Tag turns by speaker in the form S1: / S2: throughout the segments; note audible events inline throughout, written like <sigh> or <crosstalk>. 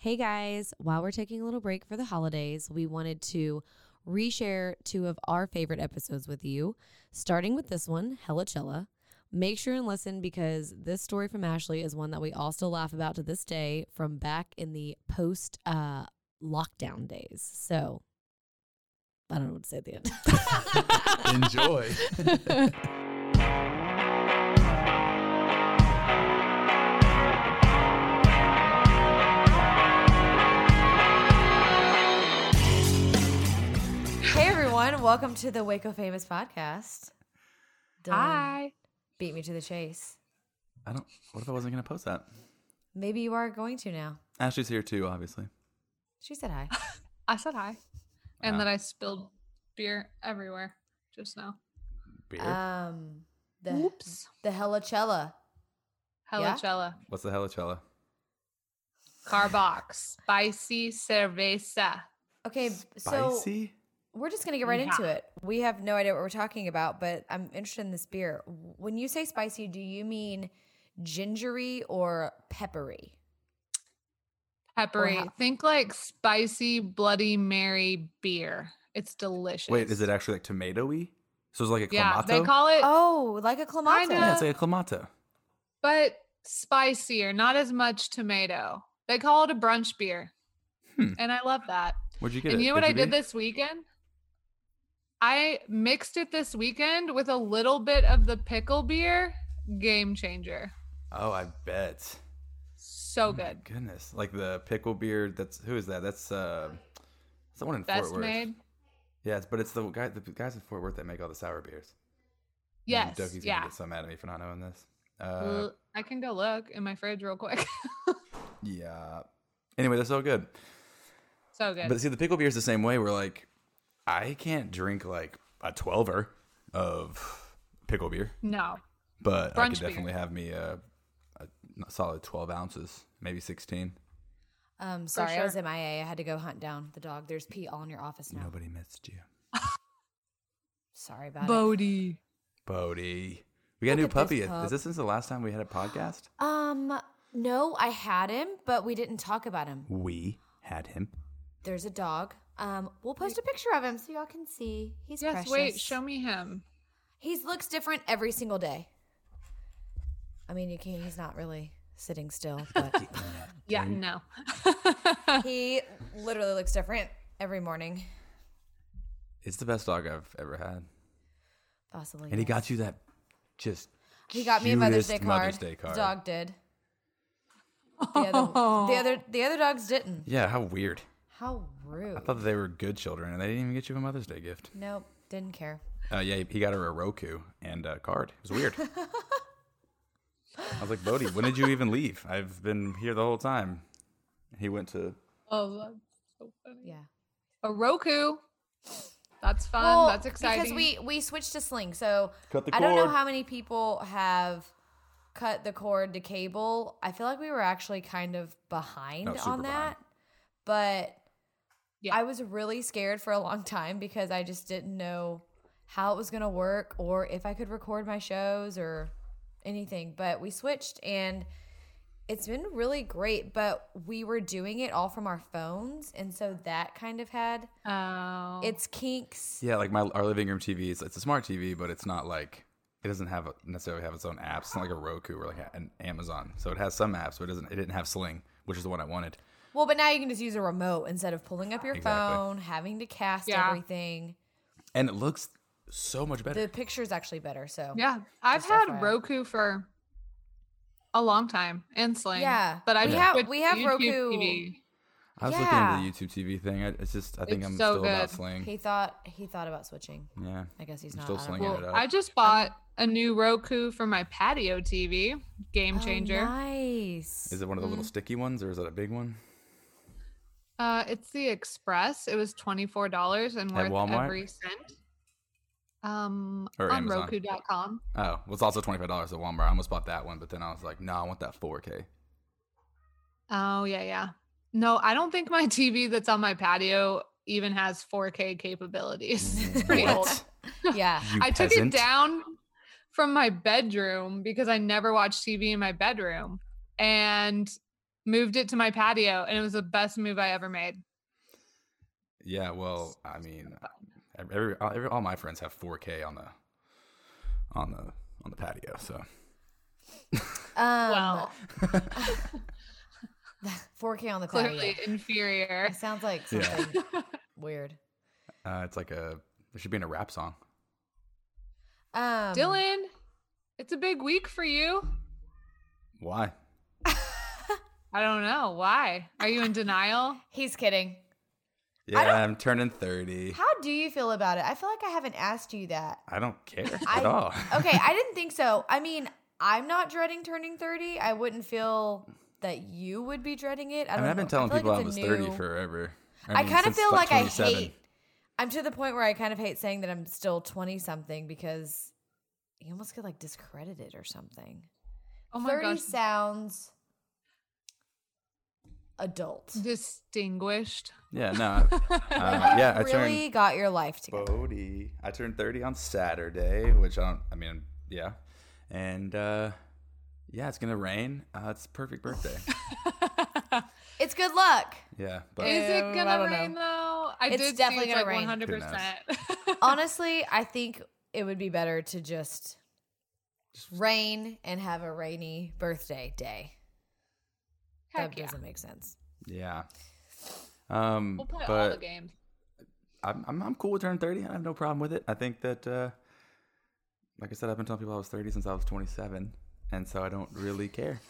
S1: Hey guys, while we're taking a little break for the holidays, we wanted to reshare two of our favorite episodes with you, starting with this one, Hella Chilla. Make sure and listen because this story from Ashley is one that we all still laugh about to this day from back in the post uh, lockdown days. So I don't know what to say at the
S2: Enjoy.
S1: end. <laughs> Hey everyone, welcome to the Waco Famous podcast. Dylan
S3: Hi.
S1: beat me to the chase.
S2: <laughs> I don't. What if I wasn't gonna post that?
S1: Maybe you are going to now.
S2: Ashley's here too, obviously.
S1: She said hi.
S4: I said hi. And
S2: Wow.
S4: then I spilled beer everywhere just now.
S2: Beer.
S4: Uh,
S1: Um, the
S4: Oops.
S1: the Helichella. Yeah?
S4: Helichella.
S2: What's the helichella?
S4: Carbox. Spicy cerveza.
S1: Okay, so
S2: Spicy.
S1: we're just gonna get right into
S4: Yeah.
S1: it. We have no idea what we're talking about, but I'm interested in this beer. When you say spicy, do you mean gingery or peppery?
S4: Peppery.
S1: how-
S4: Think like spicy Bloody Mary beer. It's delicious.
S2: Wait, is it actually like tomatoey? So it's like a
S4: Yeah,
S2: clamato.
S4: they call it,
S1: Oh, like a clamato.
S2: yeah, it's like a clamato.
S4: but spicier, not as much tomato. They call it a brunch beer.
S2: Hmm.
S4: And I love that.
S2: Where'd you get
S4: and
S2: it?
S4: you know what I did
S2: get it?
S4: this weekend? I mixed it this weekend with a little bit of the pickle beer. Game changer.
S2: Oh, I bet.
S4: So
S2: My
S4: good.
S2: goodness, like the pickle beer. That's who is that? That's uh, it's the one in
S4: Best
S2: Fort Worth.
S4: made.
S2: Yeah, it's- but it's the guy, the guys in Fort Worth that make all the sour beers.
S4: Yes.
S2: Doki's gonna
S4: yeah.
S2: get so mad at me for not knowing this. Uh,
S4: L- I can go look in my fridge real quick. <laughs>
S2: yeah. Anyway, they're so good.
S4: so good.
S2: But see, the pickle beer is the same way. We're like, I can't drink like a twelver of pickle beer,
S4: no.
S2: but I could
S4: Brunch beer.
S2: definitely have me a, a solid twelve ounces, maybe sixteen.
S1: Um, sorry, I
S4: sure.
S1: was MIA. I had to go hunt down the dog. There's pee all in your office now.
S2: Nobody missed you,
S1: Sorry about it.
S4: Bodie.
S2: Bodie. We got a
S1: Look
S2: new
S1: at this
S2: puppy.
S1: pup.
S2: Is this since the last time we had a podcast?
S1: Um, no, I had him, but we didn't talk about him.
S2: We had him.
S1: There's a dog. Um, we'll post a picture of him so y'all can see. He's
S4: Yes,
S1: precious.
S4: wait, show me him.
S1: He looks different every single day. I mean, you can't. He's not really sitting
S2: <laughs>
S1: still, but
S4: Yeah, no.
S1: he literally looks different every morning.
S2: It's the best dog I've ever had.
S1: Possibly.
S2: And he
S1: yes.
S2: got you that just
S1: He got me a Mother's Day
S2: cutest
S1: card.
S2: Mother's Day card.
S1: The dog did. The other, the other, the other dogs didn't.
S2: Yeah, how weird.
S1: How rude.
S2: I thought that they were good children and they didn't even get you a Mother's Day gift.
S1: nope, didn't care.
S2: Uh, yeah, he- he got her a Roku and a card. It was
S4: <laughs>
S2: weird. I was like, Bodie, when did you even leave? I've been here the whole time. He went to.
S4: Oh, that's so funny.
S1: Yeah.
S4: A Roku. That's fun.
S1: Well,
S4: that's exciting.
S1: Because we we switched to sling, so
S2: Cut the
S1: I don't know
S2: cord.
S1: how many people have cut the cord to cable. I feel like we were actually kind of behind
S2: No, super
S1: on that,
S2: behind.
S1: but
S4: Yeah.
S1: I was really scared for a long time because I just didn't know how it was going to work or if I could record my shows or anything. But we switched and it's been really great, but we were doing it all from our phones, and so that kind of had
S4: Oh.
S1: its kinks.
S2: Yeah, like my our living room TV. It's, it's a smart TV, but it's not like it doesn't have a, necessarily have its own apps. It's not like a Roku or like a- an Amazon. So it has some apps, but it doesn't. It didn't have Sling, which is the one I wanted.
S1: Well, but now you can just use a remote instead of pulling up your
S2: Exactly.
S1: phone, having to cast
S4: Yeah.
S1: everything.
S2: and it looks so much better.
S1: The picture's actually better. So
S4: Yeah, I've
S1: Just
S4: had
S1: FYI.
S4: Roku for a long time and Sling.
S1: Yeah,
S4: but I
S1: we
S4: just
S1: have-
S4: switched
S1: we
S4: to
S1: have
S4: YouTube
S1: Roku.
S4: TV.
S2: I was
S1: yeah.
S2: looking at the YouTube TV thing. I, it's just I think
S4: It's
S2: I'm
S4: so
S2: still about
S4: good.
S2: sling.
S1: he thought he thought about switching.
S2: yeah,
S1: I guess he's
S2: I'm
S1: not.
S2: still
S1: I don't
S2: slinging
S1: know.
S2: it
S4: Well,
S2: up.
S4: I just bought a new Roku for my patio TV. Game changer.
S1: Oh, nice.
S2: is it one of the
S4: Mm-hmm.
S2: little sticky ones or is that a big one?
S4: Uh, it's the Express. It was twenty four dollars and worth
S2: Walmart?
S4: every cent. Um,
S2: Or
S4: on
S2: Amazon.
S4: Roku.com.
S2: Oh, well, it's also twenty five dollars at Walmart. I almost bought that one, but then I was like, no, I want that four K.
S4: Oh yeah, yeah. No, I don't think my <laughs> TV that's on my patio even has 4K capabilities. <laughs> It's pretty old. <laughs>
S1: yeah.
S4: I took it down from my bedroom because I never watched TV in my bedroom and moved it to my patio and it was the best move I ever made.
S2: Yeah, well, I mean, ev- every, all- every all my friends have 4K on the on the on the patio. So
S1: Um,
S4: Well,
S1: 4K on the cloud.
S4: clearly inferior.
S1: It sounds like
S2: Yeah.
S1: something
S4: <laughs>
S1: weird.
S2: uh, it's like a it should be in a rap song.
S1: Um,
S4: Dylan, it's a big week for you.
S2: Why?
S4: I don't know. Why? Are you in denial?
S1: He's kidding.
S2: Yeah, I'm turning 30.
S1: How do you feel about it? I feel like I haven't asked you that.
S2: I don't care
S1: I-
S2: at all.
S1: <laughs> Okay, I didn't think so. I mean, I'm not dreading turning 30. I wouldn't feel that you would be dreading it. I,
S2: I
S1: don't
S2: mean, I've been
S1: know.
S2: telling
S1: feel
S2: people
S1: like
S2: I
S1: it's
S2: was
S1: a
S2: 30
S1: new-
S2: forever.
S1: I,
S2: mean,
S1: kind of
S2: since,
S1: feel like, I
S2: 27.
S1: hate. I'm to the point where I kind of hate saying that I'm still 20 something because you almost get like discredited or something.
S4: Oh my
S1: 30
S4: gosh.
S1: sounds adult.
S4: Distinguished.
S2: Yeah, no.
S1: <laughs>
S2: uh, yeah, I turned
S1: really got your life together.
S2: Bodhi. I turned 30 on Saturday, which I don't, I mean, yeah. And uh, yeah, it's going to rain. Uh, it's a perfect
S4: <laughs>
S2: birthday.
S1: It's good luck.
S2: yeah. But
S4: Is
S1: Ew, I
S4: it gonna
S1: don't know.
S4: rain though? I
S1: It's
S4: did
S1: definitely
S4: see it's
S1: gonna
S4: like
S1: rain. <laughs>
S4: 100%.
S1: Honestly, I think it would be better to just rain and have a rainy birthday day.
S4: Heck
S1: that
S4: yeah.
S1: doesn't make sense.
S2: yeah. Um,
S4: We'll play all the
S2: but
S4: games.
S2: I'm, I'm, I'm cool with turning 30. I have no problem with it. I think that, uh, like I said, I've been telling people I was 30 since I was 27. And so I don't really
S4: <laughs>
S2: care.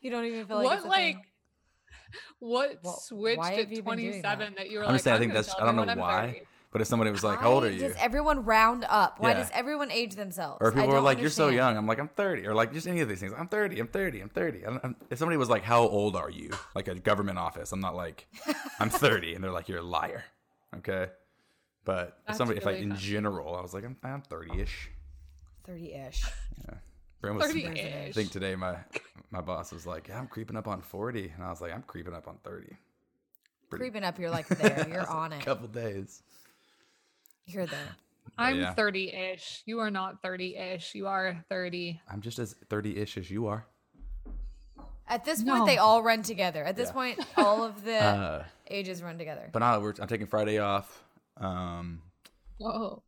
S1: You don't even feel like
S4: What like <laughs> what
S1: Wha-
S4: switched
S1: why have
S4: at
S1: you been doing that?
S4: 27 that? you were
S2: Honestly,
S4: like
S2: I think
S4: gonna
S2: that's,
S4: tell
S2: I don't know
S4: everyone I'm
S2: why.
S4: 30."
S2: But if somebody was like, how old are you?
S1: Does everyone round up? Why
S2: Yeah.
S1: does everyone age themselves?
S2: Or
S1: I
S2: people were
S1: don't
S2: like, "You're so
S1: understand.
S2: young." I'm like, "I'm 30," or like just any of these things. I'm 30. I'm 30. I'm 30. I'm, I'm, if somebody was like, "How old are you?" Like a government office, I'm not like, "I'm 30," and they're like, "You're a liar." Okay, but if
S4: That's
S2: somebody, if I
S4: really
S2: in
S4: funny.
S2: general, I was like, "I'm I'm 30ish." <laughs>
S1: 30-ish.
S2: Or almost-
S4: 30-ish.
S2: I think today my my boss was like, "Yeah, I'm creeping up on 40," and I was like, "I'm creeping up on 30."
S1: Creeping up,
S2: <laughs>
S1: you're like there. You're on it.
S2: Couple days.
S1: You're there.
S4: I'm
S2: yeah.
S4: 30-ish. You are not 30-ish. You are 30.
S2: I'm just as 30ish as you are.
S1: At this
S4: No.
S1: point, they all run together. At this point, all of
S2: <laughs>
S1: the
S2: Uh,
S1: ages run together.
S2: but now we're, I'm taking Friday off. Um,
S4: Whoa.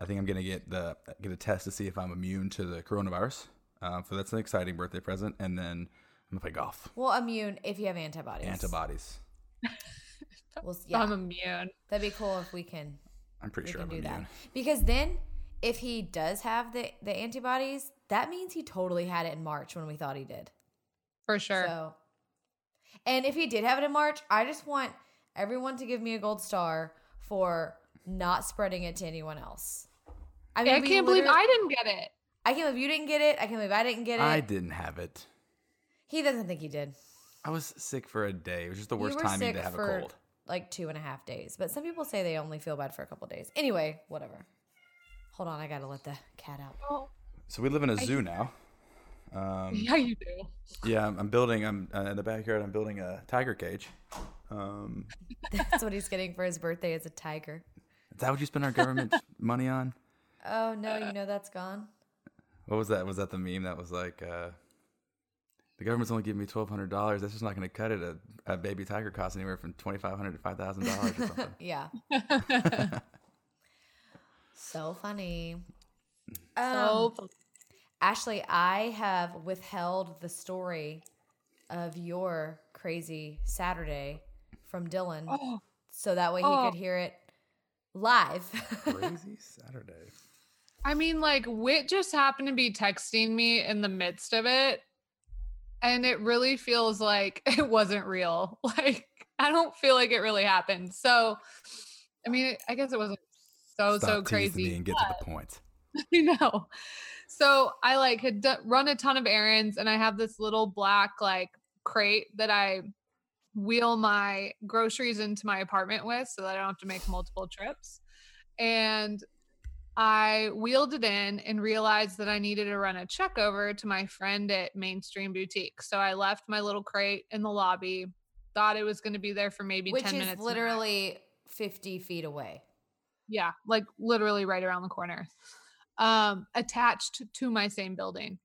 S2: I think I'm gonna get the get a test to see if I'm immune to the coronavirus. Um, so that's an exciting birthday present, and then I'm gonna play golf.
S1: Well, immune if you have antibodies.
S2: Antibodies.
S1: Well, yeah,
S4: I'm immune.
S1: that'd be cool if we can
S2: I'm pretty
S1: we
S2: sure I'm
S1: can do
S2: immune.
S1: that because then if he does have the the antibodies, that means he totally had it in March when we thought he did.
S4: For sure.
S1: So, and if he did have it in March, I just want everyone to give me a gold star for not spreading it to anyone else. I
S4: I
S1: we
S4: can't believe
S1: literally-
S4: I didn't get it.
S1: I can't believe you didn't get it. I can't believe I didn't get it.
S2: I didn't have it.
S1: he doesn't think he did.
S2: I was sick for a day. It was just the
S1: You
S2: worst
S1: were
S2: timing
S1: sick
S2: to have a
S1: for
S2: cold.
S1: Like two and a half days, but some people say they only feel bad for a couple days. Anyway, whatever. Hold on, I gotta let the cat out. <laughs>
S2: So we live in a zoo now. Um,
S4: yeah, you do.
S2: yeah, I'm, I'm building. I'm uh, in the backyard. I'm building a tiger cage. Um,
S1: That's what he's getting for his birthday. Is a tiger.
S2: is that what you spend our
S1: <laughs>
S2: government money on?
S1: Oh no, you know that's gone.
S2: What was that? Was that the meme that was like, uh, the government's only giving me twelve hundred dollars. That's just not going to cut it. A, a baby tiger costs anywhere from twenty five hundred to five thousand dollars or something.
S1: Yeah. <laughs> so funny. Um,
S4: So
S1: Ashley, I have withheld the story of your crazy Saturday from Dylan,
S4: Oh,
S1: so that way he
S4: oh.
S1: could hear it live.
S4: <laughs>
S2: Crazy Saturday.
S4: I mean, like, Wit just happened to be texting me in the midst of it. And it really feels like <laughs> it wasn't real. <laughs> Like, I don't feel like it really happened. So, I mean, I guess it wasn't so, Oh, so
S2: Stop teasing
S4: crazy.
S2: Me and get to the point.
S4: <laughs> I know. So I like had d- run a ton of errands, and I have this little black like crate that I wheel my groceries into my apartment with, so that I don't have to make multiple trips. And I wheeled it in and realized that I needed to run a check over to my friend at Mainstream Boutique. So I left my little crate in the lobby. Thought it was going to be there for maybe
S1: <laughs> which
S4: ten
S1: is
S4: minutes. and then I-
S1: literally 50 feet away.
S4: yeah like literally right around the corner um attached to my same building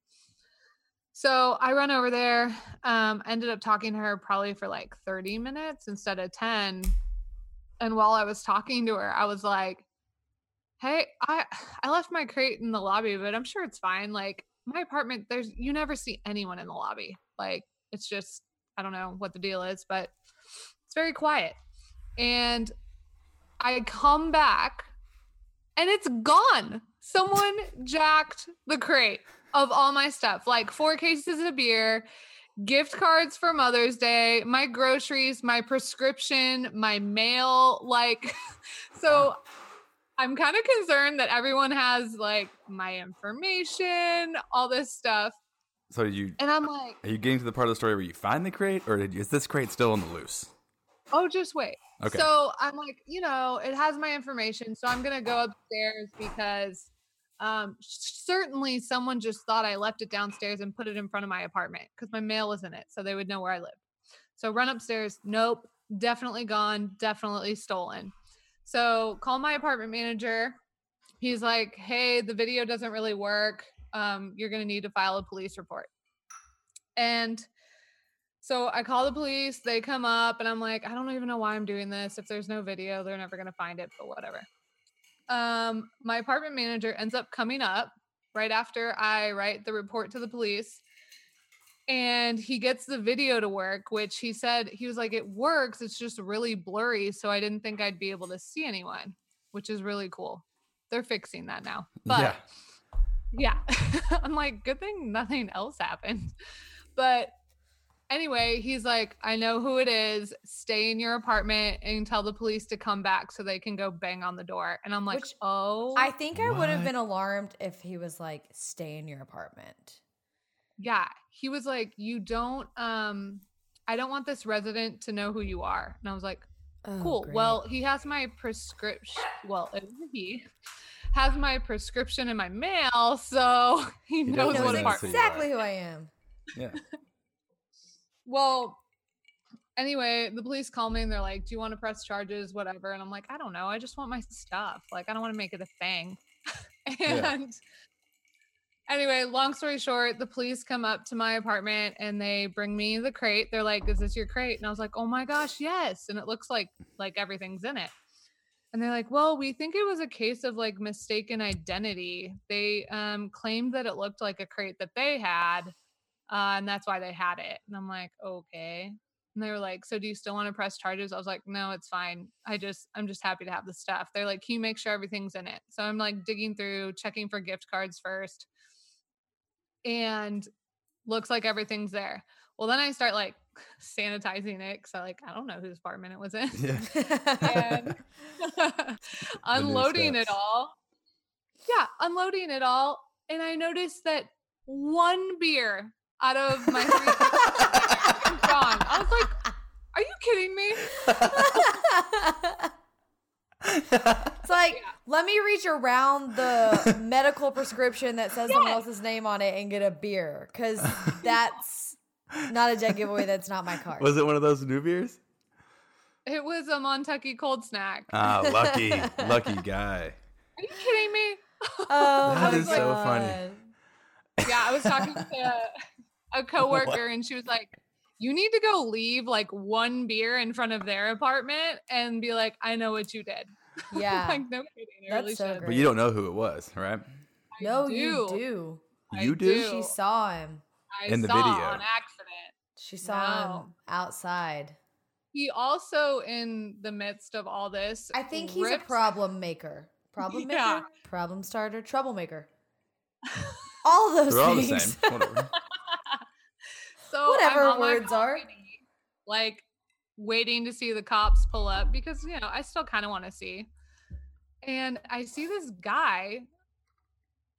S4: so i run over there um ended up talking to her probably for like 30 minutes instead of 10 and while i was talking to her i was like hey i i left my crate in the lobby but i'm sure it's fine like my apartment there's you never see anyone in the lobby like it's just i don't know what the deal is but it's very quiet and I come back and it's gone. Someone jacked the crate of all my stuff, like four cases of beer, gift cards for Mother's Day, my groceries, my prescription, my mail. Like, <laughs> so I'm kind of concerned that everyone has like my information, all this stuff.
S2: So did you
S4: And I'm like,
S2: are you getting to the part of the story where you find the crate, or did you, is this crate still on the loose?
S4: Oh, just wait.
S2: Okay.
S4: So I'm like, you know, it has my information. So I'm going to go upstairs because um, certainly someone just thought I left it downstairs and put it in front of my apartment because my mail was in it. So they would know where I lived. So run upstairs. Nope. Definitely gone. Definitely stolen. So call my apartment manager. He's like, hey, the video doesn't really work. Um, you're going to need to file a police report. And so I call the police, they come up, and I'm like, I don't even know why I'm doing this. If there's no video, they're never gonna find it, but whatever. Um, my apartment manager ends up coming up right after I write the report to the police. And he gets the video to work, which he said he was like, it works. It's just really blurry. So I didn't think I'd be able to see anyone, which is really cool. They're fixing that now. But
S2: yeah.
S4: yeah. <laughs> I'm like, good thing nothing else happened. But anyway, he's like, I know who it is. Stay in your apartment and tell the police to come back so they can go bang on the door. And I'm like,
S1: Which
S4: oh,
S1: I think I would have
S2: What?
S1: been alarmed if he was like, stay in your apartment.
S4: yeah. He was like, you don't, um, I don't want this resident to know who you are. And I was like,
S1: Oh,
S4: cool.
S1: great.
S4: Well, he has my prescription. Well, it was a he has my prescription in my mail, so <laughs> he
S2: He
S4: knows
S2: does
S1: knows
S4: what
S2: know
S4: apartment.
S2: who you
S1: exactly
S2: are.
S1: who I am.
S2: Yeah.
S4: Well, anyway, the police call me and they're like, "Do you want to press charges, whatever?" And I'm like, "I don't know. I just want my stuff. Like, I don't want to make it a thing." <laughs> and
S2: Yeah.
S4: anyway, long story short, the police come up to my apartment and they bring me the crate. They're like, "Is this your crate?" And I was like, "Oh my gosh, yes!" And it looks like like everything's in it. And they're like, "Well, we think it was a case of like mistaken identity. They um, claimed that it looked like a crate that they had." uh, and that's why they had it. And I'm like, okay. And they were like, so do you still want to press charges? I was like, no, it's fine. I just, I'm just happy to have the stuff. They're like, can you make sure everything's in it? So I'm like digging through, checking for gift cards first, and looks like everything's there. Well, then I start like <laughs> sanitizing it because I like, I don't know whose apartment it was in.
S2: <laughs> Yeah.
S1: <laughs>
S2: <laughs>
S4: And <laughs> unloading it
S2: steps.
S4: all. Yeah, unloading it all. And I noticed that one beer out of my three
S2: <laughs>
S4: was gone. I was like, are you kidding me?
S1: it's like, let me reach around
S4: <laughs>
S1: the medical prescription that says someone else's name on it and get a beer because
S4: <laughs>
S1: that's not a dead giveaway. That's not my
S2: <laughs>
S1: card.
S2: Was it one of those new beers?
S4: It was a Montucky cold snack.
S2: Ah,
S4: <laughs>
S2: lucky, lucky guy.
S4: Are you kidding me?
S1: Oh,
S2: That
S1: my
S2: is so funny.
S1: God.
S4: Yeah, I was talking to
S2: <laughs>
S4: a coworker and she was like, you need to go leave like one beer in front of their apartment and be like, I know what you did. <laughs>
S1: Yeah.
S4: like, no kidding. I
S1: That's
S4: really
S1: so
S4: should.
S2: But you don't know who it was, right?
S4: I
S1: no, you
S4: do.
S1: do.
S4: I
S2: you do?
S4: do.
S1: She saw him.
S4: I
S2: in the
S4: saw
S2: video.
S4: on accident.
S1: She saw
S4: Wow.
S1: him outside.
S4: He also, in the midst of all this,
S1: I think he's a
S4: ripped-
S1: problem maker. Problem maker?
S4: <laughs> Yeah.
S1: Problem starter?
S4: <laughs>
S1: Troublemaker. All those
S2: They're all the
S1: things.
S2: same. <laughs> Whatever.
S4: So
S1: Whatever
S4: I'm on my
S1: words are.
S4: balcony, Like waiting to see the cops pull up because you know I still kind of want to see. And I see this guy.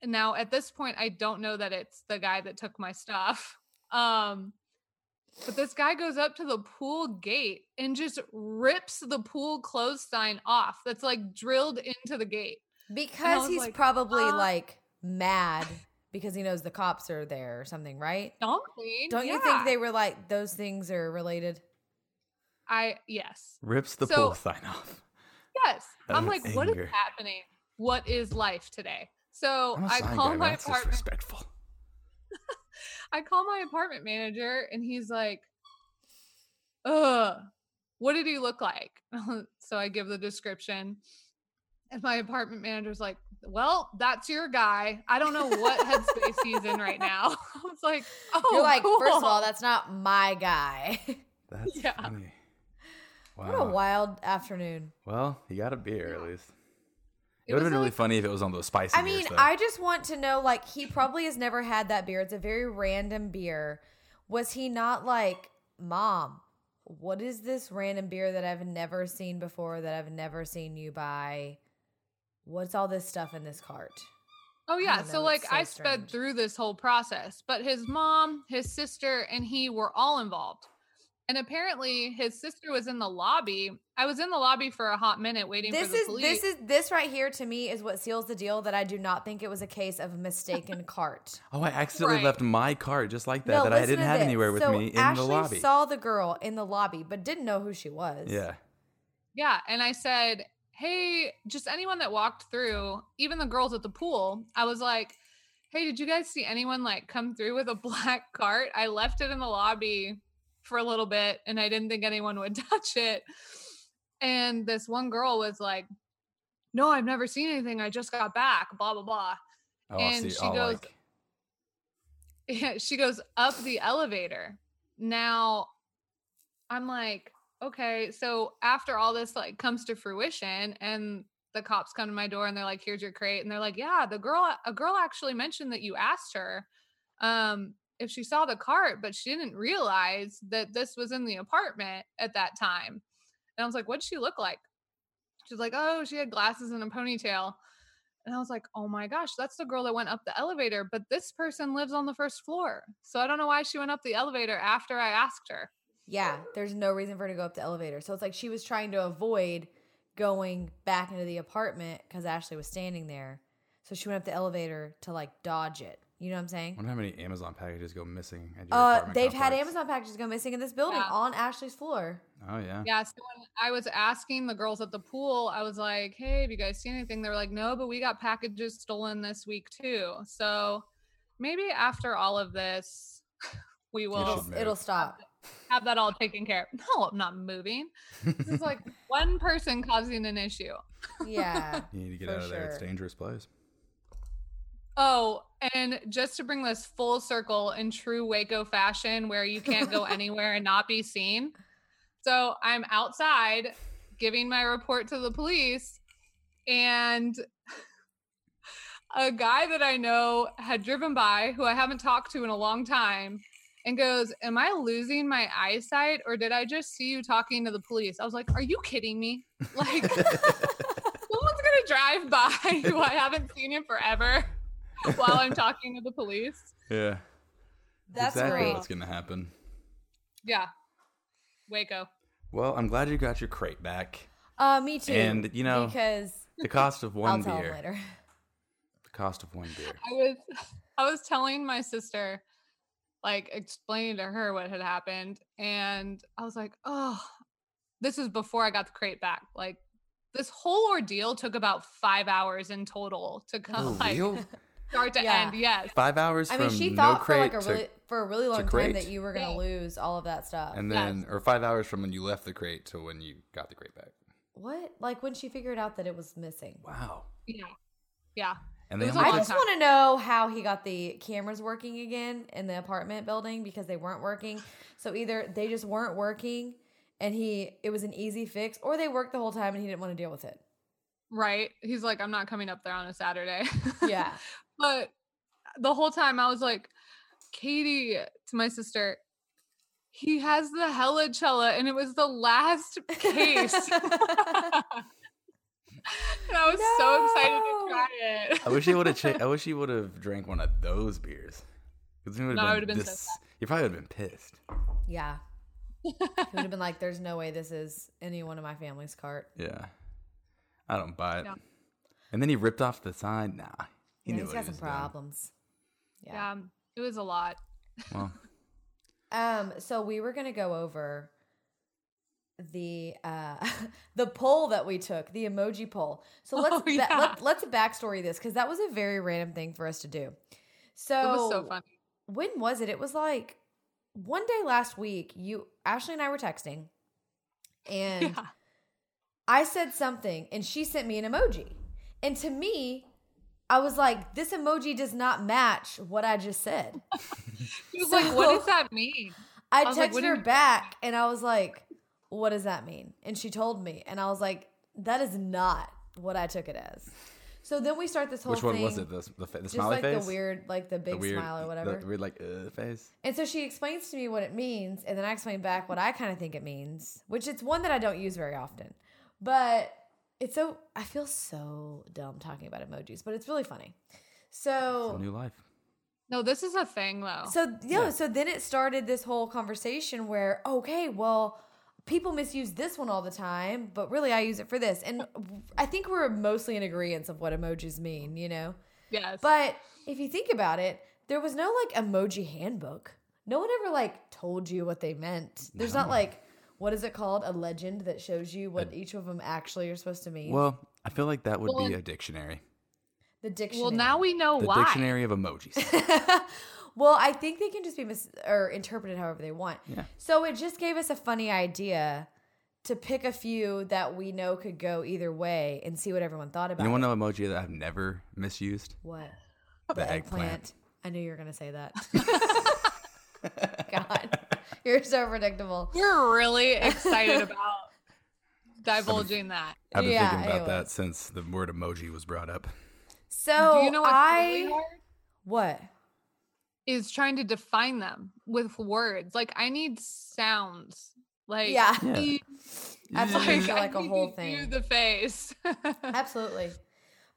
S4: Now at this point I don't know that it's the guy that took my stuff. <laughs> Um but this guy goes up to the pool gate and just rips the pool clothes sign off that's like drilled into the gate.
S1: Because
S4: was
S1: he's
S4: like,
S1: probably
S4: uh,
S1: like mad because he knows the cops are there or something, right?
S4: Something.
S1: Don't you
S4: yeah.
S1: think they were like those things are related?
S4: I yes.
S2: Rips the
S4: So-
S2: pool sign off.
S4: Yes.
S2: Out
S4: I'm
S2: of
S4: like, what is
S2: anger.
S4: happening? What is life today? So
S2: I'm a
S4: I
S2: sign
S4: call
S2: guy,
S4: my
S2: but that's
S4: apartment.
S2: disrespectful.
S4: I call my apartment manager, and he's like, "Ugh, what did he look like?" <laughs> so I give the description, and my apartment manager's like, "Well, that's your guy. I don't know
S2: <laughs>
S4: what headspace he's in right now." <laughs> I was like, "Oh,
S1: You're like, first of
S4: cool."
S1: all, that's not my guy. <laughs>
S2: That's
S4: Yeah.
S2: funny. Wow.
S1: what a wild afternoon.
S2: Well, he got a beer at least. It,
S4: It
S2: would have
S4: was
S2: been really
S4: like-
S2: funny if it was on those spicy.
S1: I
S2: beers,
S1: mean,
S2: though.
S1: I just want to know like he probably has never had that beer. It's a very random beer. Was he not like, "Mom, what is this random beer that I've never seen before that I've never seen you buy? What's all this stuff in this cart?"
S4: Oh yeah,
S1: don't
S4: so
S1: know,
S4: like
S1: it's so
S4: I sped
S1: strange.
S4: through this whole process, but his mom, his sister, and he were all involved. And apparently his sister was in the lobby. I was in the lobby for a hot minute waiting
S1: This
S4: for the
S1: is
S4: police.
S1: this is this right here to me is what seals the deal that I do not think it was a case of mistaken <laughs> cart.
S2: oh, I accidentally
S4: Right.
S2: left my card just like that
S1: No,
S2: that I
S1: listen
S2: didn't
S1: to
S2: have
S1: this.
S2: anywhere with
S1: So
S2: me in
S1: Ashley
S2: the lobby.
S1: Saw the girl in the lobby, but didn't know who she was.
S2: yeah.
S4: yeah, and I said, "Hey, just anyone that walked through, even the girls at the pool." I was like, "Hey, did you guys see anyone like come through with a <laughs> black cart? I left it in the lobby for a little bit and I didn't think anyone would <laughs> touch it." And this one girl was like, "No, I've never seen anything. I just got back, blah blah blah."
S2: Oh, I
S4: And
S2: see.
S4: she
S2: oh,
S4: goes-
S2: like,
S4: Yeah, <laughs> she goes up the elevator. Now I'm like, okay, so after all this like comes to fruition and the cops come to my door and they're like, here's your crate. And they're like, yeah, the girl a girl actually mentioned that you asked her um if she saw the cart, but she didn't realize that this was in the apartment at that time. And I was like, what'd she look like? She's like, oh, she had glasses and a ponytail. And I was like, oh my gosh, that's the girl that went up the elevator, but this person lives on the first floor. So I don't know why she went up the elevator after I asked her.
S1: Yeah, there's no reason for her to go up the elevator. So it's like she was trying to avoid going back into the apartment because Ashley was standing there. So she went up the elevator to like dodge it. You know what I'm
S2: I
S1: saying?
S2: wonder how many Amazon packages go missing at your
S1: Uh,
S2: apartment
S1: they've had
S2: complex.
S1: Amazon packages go missing in this building
S4: Yeah.
S1: on Ashley's floor.
S2: Oh yeah.
S4: Yeah. So when I was asking the girls at the pool, I was like, hey, have you guys seen anything? They were like, no, but we got packages stolen this week too. So maybe after all of this, <laughs> we will
S2: should
S1: It'll, it'll
S2: move.
S1: stop.
S4: have that all taken care of. No, I'm not moving. This is like one person causing an issue.
S1: Yeah.
S2: You need to get
S1: For
S2: out of there. It's a
S1: sure.
S2: dangerous place.
S4: Oh, and just to bring this full circle in true Waco fashion, where you can't go anywhere and not be seen. So I'm outside giving my report to the police, and <laughs> a guy that I know had driven by who I haven't talked to in a long time and goes, Am I losing my eyesight or did I just see you talking to the police? I was like, Are you kidding me? Like, <laughs> someone's gonna drive by <laughs> who I haven't seen in forever while I'm talking to the police.
S2: Yeah.
S1: <laughs> That's
S2: exactly
S1: great.
S2: what's gonna happen.
S4: Yeah. Waco.
S2: Well, I'm glad you got your crate back.
S1: Uh, me too.
S2: And, you know,
S1: because
S2: The cost
S1: <laughs>
S2: of
S1: I'll
S2: one
S1: tell him
S2: beer.
S1: later.
S2: The cost of one
S1: <laughs>
S2: beer.
S4: I was <laughs> I was telling my sister, like explaining to her what had happened, and I was like, oh, this is before I got the crate back. Like this whole ordeal took about five hours in total to come
S2: For
S4: like
S2: real?
S4: start to
S1: Yeah.
S4: end. Yes.
S2: Five hours
S1: I mean,
S2: from
S1: she
S2: no
S1: thought for
S2: crate
S1: like a
S2: to-
S1: really uh, for a really long time
S2: crate.
S1: that you were gonna
S4: Yeah.
S1: lose all of that stuff.
S2: and then or five hours from when you left the crate to when you got the crate back.
S1: what? Like when she figured out that it was missing.
S2: Wow.
S4: Yeah. Yeah.
S2: And they
S4: It was
S2: only
S4: a
S1: I
S4: long
S2: fixed-
S1: just want to know how he got the cameras working again in the apartment building because they weren't working. So either they just weren't working and he it was an easy fix or they worked the whole time and he didn't want to deal with it.
S4: right? He's like, I'm not coming up there on a Saturday. <laughs>
S1: <laughs> Yeah.
S4: but the whole time I was like, Katie, to my sister, he has the hella cella, and it was
S1: <laughs>
S4: the last case. <laughs> and I was so excited
S1: No.
S4: to try it.
S2: I wish he would have. Cha- I wish he would have drank one of those beers. Because he would
S4: No, I
S2: have
S4: would've
S2: been,
S4: been so
S2: this. You probably would have been pissed.
S1: yeah. He would have been like, there's no way this is any one of my family's cart.
S2: Yeah, I don't buy it.
S4: No.
S2: And then he ripped off the sign. Nah, he
S1: Yeah,
S2: knew
S1: he's
S2: what
S1: got
S2: he
S1: some
S2: was doing.
S1: problems. Yeah.
S4: yeah, um, it was a lot.
S1: <laughs>
S2: Well,
S1: Um, so we were gonna go over the uh <laughs> the poll that we took, the emoji poll. So let's
S4: <laughs> Oh,
S1: ba-
S4: yeah.
S1: let, let's backstory this because that was a very random thing for us to do. So,
S4: It was so funny.
S1: when was it? It was like one day last week. You Ashley and I were texting, and
S4: Yeah.
S1: I said something, and she sent me an emoji. And to me, I was like, this emoji does not match what I just said.
S4: He was like, what does
S1: So-
S4: that mean?
S1: I,
S4: I was like,
S1: texted
S4: "What do you
S1: her
S4: mean?"
S1: back and I was like, what does that mean? And she told me. And I was like, that is not what I took it as. So then we start this whole
S2: which one
S1: thing,
S2: was it? The, the, fa- the
S1: Just
S2: smiley
S1: like
S2: face.
S1: the weird, like the big smile or whatever.
S2: The weird like uh, face.
S1: and so she explains to me what it means. And then I explain back what I kind of think it means, which it's one that I don't use very often. But it's so, I feel so dumb talking about emojis, but it's really funny.
S2: It's a
S1: So
S2: new life.
S4: No, this is a thing though.
S1: So yeah, so then it started this whole conversation where okay, well, people misuse this one all the time, but really I use it for this. And I think we're mostly in agreement of what emojis mean, you know.
S4: yes.
S1: But if you think about it, there was no like emoji handbook. No one ever like told you what they meant. There's not like what is it called? A legend that shows you what each of them actually are supposed to mean.
S2: Well, I feel like that would
S4: Well,
S2: be
S4: and-
S2: a dictionary.
S4: <laughs>
S1: the dictionary.
S4: well, now we know
S2: The
S4: why.
S2: dictionary of emojis.
S1: <laughs> well, I think they can just be mis- or interpreted however they want.
S2: Yeah.
S1: So it just gave us a funny idea to pick a few that we know could go either way and see what everyone thought about.
S2: you want
S1: it.
S2: to know emoji that I've never misused?
S1: what?
S2: The, eggplant.
S1: I knew you were gonna
S2: <laughs>
S1: say that. <laughs> God, you're so predictable.
S4: We're really
S1: <laughs>
S4: excited about divulging that.
S2: I've been
S1: Yeah,
S2: thinking about
S1: anyway.
S2: that since the word emoji was brought up.
S1: So
S4: Do you know what's really
S1: I
S4: hard?
S1: what?
S4: is trying to define them with words. Like I need sounds. Like
S1: Yeah.
S2: Yeah.
S4: please,
S1: <laughs> Absolutely,
S4: like,
S1: so,
S4: I
S1: like a
S4: need
S1: whole
S4: you
S1: thing.
S4: The face. <laughs>
S1: Absolutely.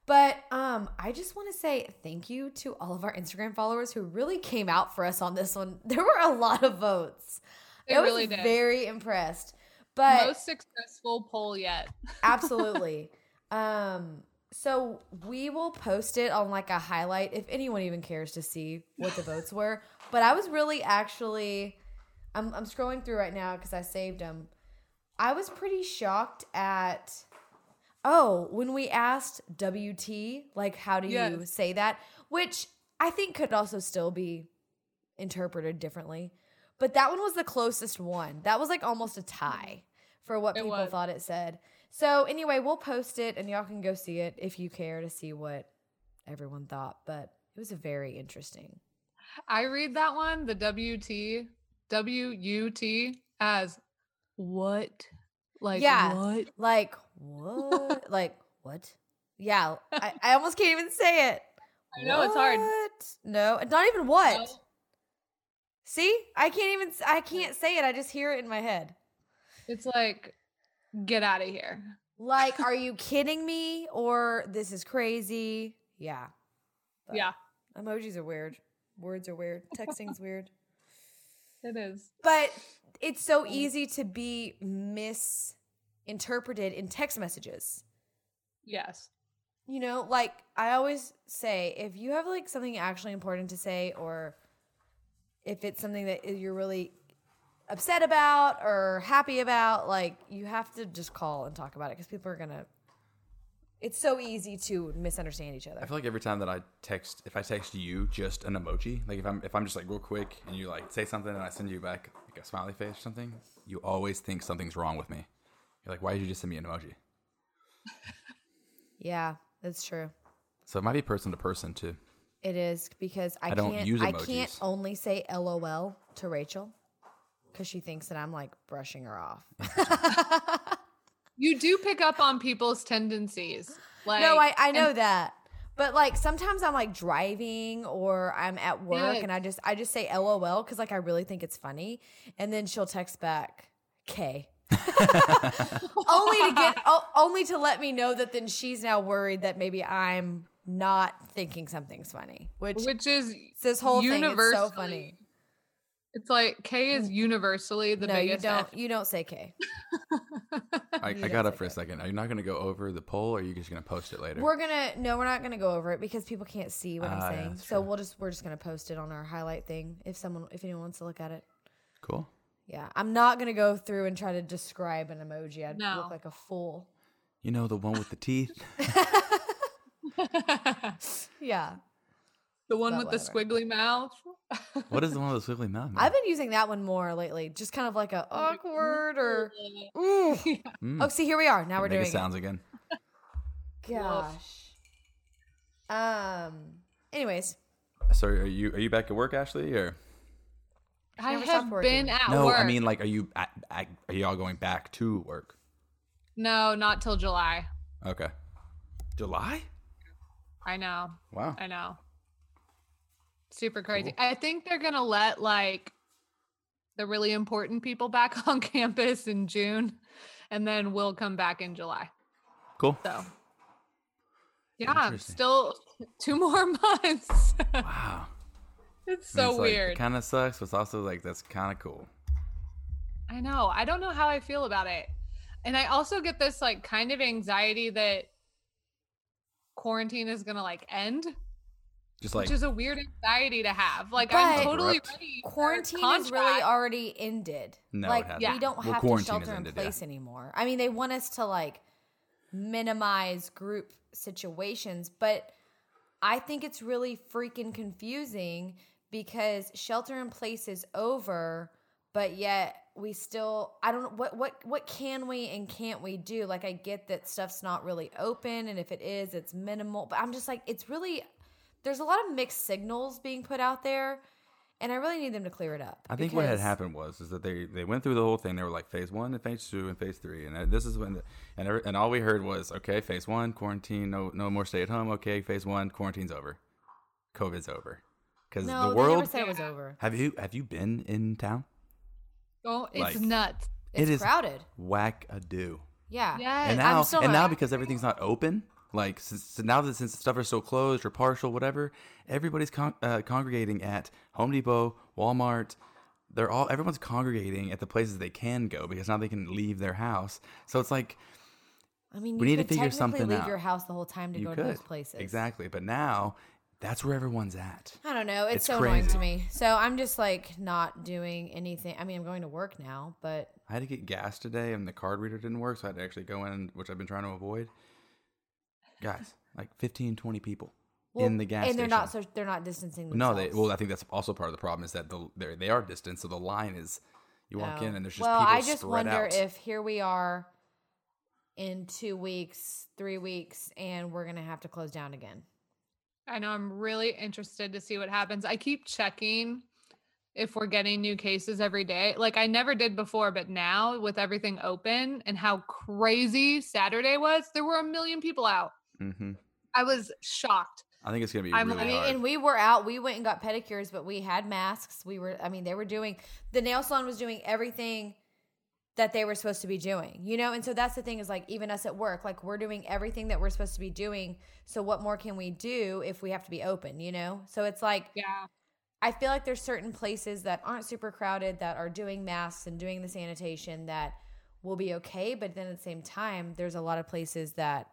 S1: But um, I just want to say thank you to all of our Instagram followers who really came out for us on this one. <laughs> There were a lot of votes.
S4: They
S1: I was
S4: really did.
S1: very impressed. But
S4: Most successful poll yet.
S1: absolutely. Um, so we will post it on like a highlight if anyone even cares to see what the votes were. But I was really actually, I'm, I'm scrolling through right now because I saved them. I was pretty shocked at, oh, when we asked WT, like, how do you
S4: Yes.
S1: say that? Which I think could also still be interpreted differently. But that one was the closest one. That was like almost a tie for what
S4: It
S1: people
S4: was.
S1: thought it said. So anyway, we'll post it and y'all can go see it if you care to see what everyone thought. But it was a very interesting.
S4: I read that one, the WT, WUT as what? Like
S1: Yeah.
S4: what?
S1: Like
S4: <laughs>
S1: what? like what? Yeah, I, I almost can't even say it.
S4: I know it's hard.
S1: What? No, not even what.
S4: No.
S1: See, I can't even. s- I can't say it. I just hear it in my head.
S4: It's like get out of here.
S1: Like, are you kidding me? Or this is crazy? Yeah. But
S4: Yeah,
S1: Emojis are weird. Words are weird. Texting's weird.
S4: it is.
S1: But it's so easy to be misinterpreted in text messages.
S4: Yes.
S1: You know, like I always say, if you have like something actually important to say, or if it's something that you're really upset about or happy about, like you have to just call and talk about it because people are gonna. It's so easy to misunderstand each
S2: I
S1: other.
S2: feel like every time that I text, if I text you just an emoji, like if I'm if I'm just like real quick and you like say something and I send you back like a smiley face or something, you always think something's wrong with me. You're like, why did you just send me an emoji?
S1: Yeah, that's true.
S2: So it might be person to person too.
S1: It is because I,
S2: I don't
S1: can't.
S2: use
S1: I can't
S2: emojis.
S1: only say LOL to Rachel because she thinks that I'm like brushing her
S4: <laughs>
S1: off.
S4: You do pick up on people's tendencies. Like
S1: no, I I know that, but like sometimes I'm like driving or I'm at work
S4: Yes.
S1: and I just I just say LOL because like I really think it's funny, and then she'll text back K. <laughs> only to get o- only to let me know that then she's now worried that maybe I'm not thinking something's funny, which,
S4: which is
S1: it's this whole thing is so
S4: universally-
S1: funny. Mm.
S4: It's like K is universally the
S1: no, you
S4: biggest.
S1: don't.
S4: F.
S1: You don't say K.
S2: I,
S1: You
S2: I
S1: don't
S2: got up
S1: say
S2: for a second. Are you not going to go over the poll or are you just going to post it later?
S1: We're gonna no, we're not gonna go over it because people can't see what
S2: Ah,
S1: I'm
S2: yeah,
S1: saying.
S2: that's
S1: So
S2: true.
S1: we'll just we're just gonna post it on our highlight thing if someone if anyone wants to look at it.
S2: cool.
S1: Yeah, I'm not gonna go through and try to describe an emoji. I'd
S4: No.
S1: look like a fool.
S2: You know, the one with the teeth.
S1: Yeah,
S4: the one
S1: But
S4: with
S1: whatever.
S4: the squiggly mouth.
S2: what is the one with the squiggly mouth?
S1: I've been using that one more lately. Just kind of like a awkward or ooh.
S2: Mm.
S1: Oh, see, here we are. Now we're
S2: Mega
S1: doing
S2: sounds again.
S1: it. Gosh. Um. Anyways,
S2: So are you are you back at work, Ashley? Or
S4: I
S1: never stopped
S4: have
S1: working.
S4: been at
S2: no?
S4: work.
S2: I mean, like, are you at, at, are y'all going back to work?
S4: no, not till July.
S2: Okay. July?
S4: I know.
S2: Wow.
S4: I know. Super crazy. I think they're gonna let like the really important people back <laughs> on campus in June, and then we'll come back in July.
S2: Cool.
S4: So, yeah,
S2: Interesting.
S4: still <laughs> two more months.
S2: Wow.
S4: <laughs> it's so weird.
S2: kind of sucks, but it's also like that's kind of cool.
S4: I know. I don't know how I feel about it. And I also get this like kind of anxiety that quarantine is going to like end,
S2: Just like
S4: which is a weird anxiety to have. Like I'm
S1: But-
S4: totally
S2: Correct.
S4: ready. for
S1: quarantine is really
S4: contract.
S1: already ended.
S2: No, it
S1: like
S2: hasn't.
S1: we
S4: Yeah.
S1: don't
S2: Well,
S1: have to
S2: quarantine
S1: shelter
S2: has
S1: in
S2: ended, yeah.
S1: place anymore. I mean, they want us to like minimize group situations, but I think it's really freaking confusing because shelter in place is over, but yet we still I don't know what what what can we and can't we do? Like I get that stuff's not really open and if it is, it's minimal, but I'm just like it's really there's a lot of mixed signals being put out there and I really need them to clear it up.
S2: I think what had
S1: because-
S2: happened was is that they they went through the whole thing. They were like phase one and phase two and phase three, and uh, this is when the, and every, and all we heard was okay, phase one quarantine, no no more stay at home. Okay, phase one quarantine's over, COVID's over, because
S1: No,
S2: the
S1: they never
S2: world.
S1: said it was over.
S2: Have you have you been in town?
S4: Oh, it's
S2: Like-
S4: nuts.
S1: It's
S2: it is
S1: crowded.
S2: whack a do.
S1: Yeah.
S4: Yes.
S2: And
S1: I'm
S2: now
S1: still
S2: and
S1: not-
S2: now because everything's not open, like since so now that since stuff is so closed or partial, whatever, everybody's con- uh, congregating at Home Depot, Walmart. They're all everyone's congregating at the places they can go because now they can leave their house. So it's like
S1: I mean,
S2: We need
S1: you
S2: to
S1: could
S2: figure
S1: technically
S2: something
S1: leave
S2: out.
S1: your house the whole time to
S2: you
S1: go
S2: could
S1: to those places.
S2: exactly, but now that's where everyone's at.
S1: I don't know. It's,
S2: It's
S1: so annoying to
S2: crazy.
S1: me. So I'm just like not doing anything. I mean, I'm going to work now, but
S2: I had to get gas today, and the card reader didn't work, so I had to actually go in, which I've been trying to avoid. Guys, like 15, 20 people
S1: well,
S2: in the gas
S1: and they're
S2: station.
S1: not so they're not distancing
S2: No,
S1: themselves.
S2: they well, I think that's also part of the problem is that the they they are distant, so the line is you walk
S1: No.
S2: in and there's just
S1: Oh. well,
S2: people
S1: I just
S2: spread
S1: wonder
S2: out.
S1: if here we are in two weeks, three weeks, and we're gonna have to close down again.
S4: I know. I'm really interested to see what happens. I keep checking if we're getting new cases every day. Like I never did before, but now with everything open and how crazy Saturday was, there were a million people out.
S2: hmm
S4: I was shocked.
S2: I think it's gonna be
S4: I'm-
S2: really
S4: I
S1: I mean,
S2: hard.
S1: and we were out. We went and got pedicures, but we had masks. We were, I mean, they were doing, the nail salon was doing everything that they were supposed to be doing, you know? And so that's the thing is like, even us at work, like we're doing everything that we're supposed to be doing. So what more can we do if we have to be open, you know? So it's like,
S4: Yeah.
S1: I feel like there's certain places that aren't super crowded that are doing masks and doing the sanitation that will be okay. But then at the same time, there's a lot of places that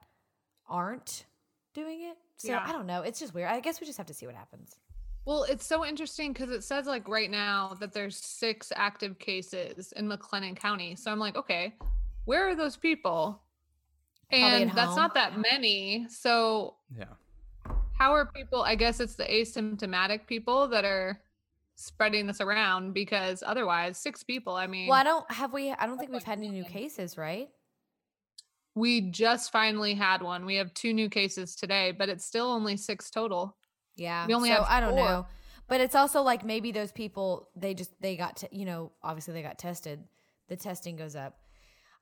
S1: aren't doing it. So
S4: Yeah.
S1: I don't know. It's just weird. I guess we just have to see what happens.
S4: Well, it's so interesting because it says like right now that there's six active cases in McLennan County. So I'm like, okay, where are those people?
S1: at
S4: And that's
S1: home.
S4: not that many. So
S2: yeah,
S4: how are people i guess it's the asymptomatic people that are spreading this around because otherwise six people i mean
S1: Well, I don't have we. I don't think we've had any new cases, right?
S4: We just finally had one. We have two new cases today, but it's still only six total.
S1: Yeah.
S4: We only
S1: so
S4: have
S1: I don't
S4: four.
S1: know. But it's also like maybe those people they just they got to you know, obviously they got tested. The testing goes up.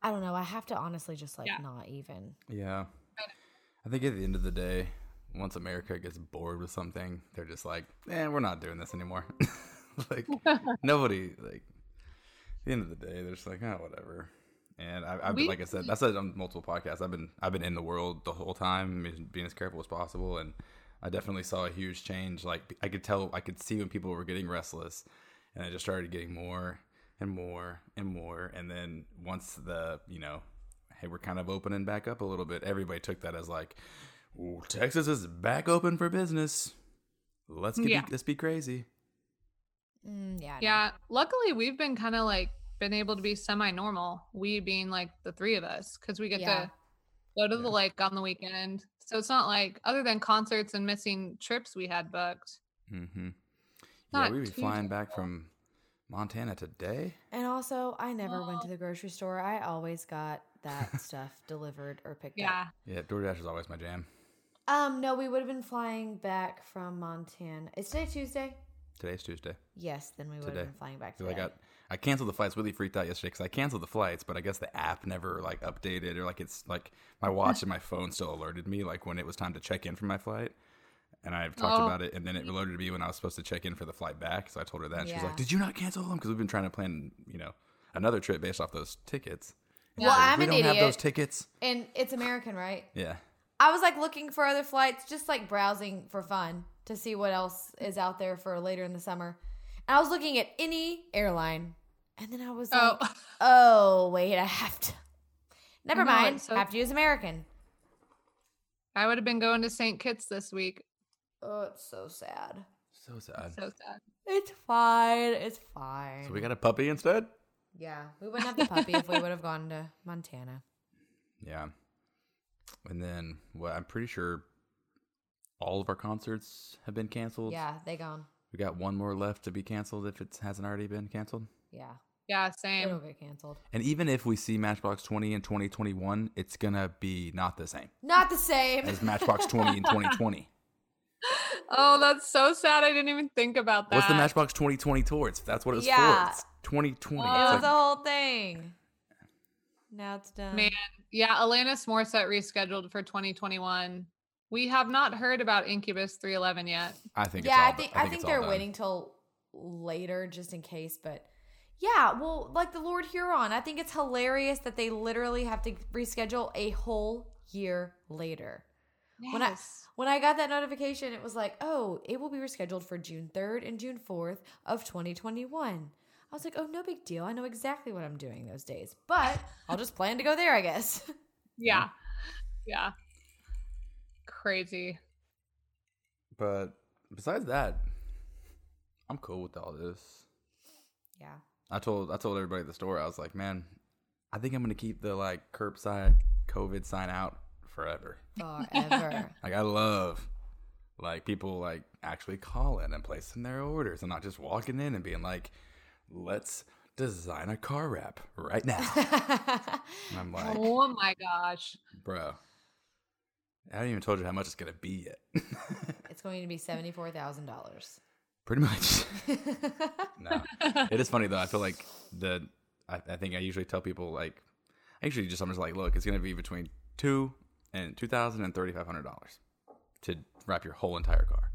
S1: I don't know. I have to honestly just like
S4: Yeah.
S1: not even.
S2: Yeah. I think at the end of the day, once America gets bored with something, they're just like, eh, we're not doing this anymore. <laughs> like, nobody, like, at the end of the day, they're just like, oh, whatever. And I, I've been,
S4: We-
S2: like I said, that's said on multiple podcasts. I've been, I've been in the world the whole time, I mean, being as careful as possible. And I definitely saw a huge change. Like, I could tell, I could see when people were getting restless, and I just started getting more and more and more. And then once the, you know, hey, we're kind of opening back up a little bit. Everybody took that as like, Ooh, Texas is back open for business. Let's get
S4: Yeah.
S2: be, let's be crazy.
S1: Mm, yeah. I know.
S4: Yeah. Luckily, we've been kind of like been able to be semi normal, we being like the three of us, because we get
S1: Yeah.
S4: to go to the lake on the weekend. So it's not like, other than concerts and missing trips we had booked.
S2: Mm-hmm. Yeah,
S4: Not
S2: we would be
S4: too
S2: flying back from Montana today.
S1: And also I never went to the grocery store. I always got that <laughs> stuff delivered or picked
S4: Yeah.
S1: up.
S2: Yeah, DoorDash is always my jam.
S1: Um, no, we would have been flying back from Montana. Is today Tuesday?
S2: Today's Tuesday.
S1: Yes, then we would
S2: Today.
S1: have been flying back
S2: So I
S1: today.
S2: got I canceled the flights. Really freaked out yesterday because I canceled the flights, but I guess the app never like updated or like it's like my watch and
S1: <laughs>
S2: my phone still alerted me like when it was time to check in for my flight. And I've talked
S4: Oh.
S2: about it, and then it alerted me when I was supposed to check in for the flight back. So I told her that, and she was
S1: Yeah.
S2: like, "Did you not cancel them? Because we've been trying to plan, you know, another trip based off those tickets." And she
S1: Well,
S2: was like,
S1: I'm
S2: we
S1: an
S2: don't have those
S1: idiot."
S2: tickets.
S1: and it's American, right?
S2: Yeah,
S1: I was like looking for other flights, just like browsing for fun to see what else is out there for later in the summer. And I was looking at any airline, and then I was
S4: Oh.
S1: like, <laughs> "Oh wait, I have to. Never
S4: I know,
S1: mind.
S4: it's so-
S1: have to use American."
S4: I would have been going to St. Kitts this week.
S1: Oh, it's so sad.
S2: so sad.
S4: So sad.
S1: It's fine. It's fine.
S2: So we got a puppy instead.
S1: yeah, we wouldn't have the puppy if we would have gone to Montana.
S2: Yeah. And then, well, I'm pretty sure all of our concerts have been canceled.
S1: Yeah, they gone.
S2: We got one more left to be canceled if it hasn't already been canceled.
S1: Yeah,
S4: Yeah,
S1: it'll
S4: same.
S1: get canceled.
S2: And even if we see Matchbox 20 in 2021, it's going to be not the same
S1: Not the same.
S2: as
S1: <laughs>
S2: Matchbox 20 in 2020.
S4: Oh, that's so sad. I didn't even think about that.
S2: What's the Matchbox 2020 tour? It's, that's what it was
S1: Yeah.
S2: for. It's 2020.
S4: It
S1: It was
S2: It's
S1: the
S2: like,
S1: whole thing. Now it's done.
S4: Man, yeah, Alanis Morissette rescheduled for 2021. We have not heard about Incubus 311 yet.
S2: I think it's
S1: yeah,
S2: all
S1: I
S2: do-
S1: think
S2: I
S1: I
S2: it's
S1: think
S2: all
S1: they're
S2: done.
S1: waiting till later just in case, but yeah, well, like the Lord Huron, I think it's hilarious that they literally have to reschedule a whole year later. When I when I got that notification, it was like, "Oh, it will be rescheduled for June 3rd and June 4th of 2021." I was like, "Oh, no big deal. I know exactly what I'm doing those days." But I'll just plan to go there, I guess.
S4: Yeah. Yeah. Crazy.
S2: But besides that, I'm cool with all this.
S1: <laughs> yeah.
S2: I told I told everybody at the store. I was like, man, I think I'm gonna keep the like curbside COVID sign out forever.
S1: Forever.
S2: Like I love like people like actually calling and placing their orders and not just walking in and being like, let's design a car wrap right now. and I'm like,
S4: <laughs> Oh my gosh.
S2: bro, I haven't even told you how much it's gonna be yet.
S1: <laughs> it's going to be $74,000.
S2: Pretty
S1: <laughs>
S2: much. no, it is funny though. I feel like the I, I think I usually tell people like actually just I'm just like look, it's gonna be between two and two thousand and thirty five hundred dollars to wrap your whole entire car,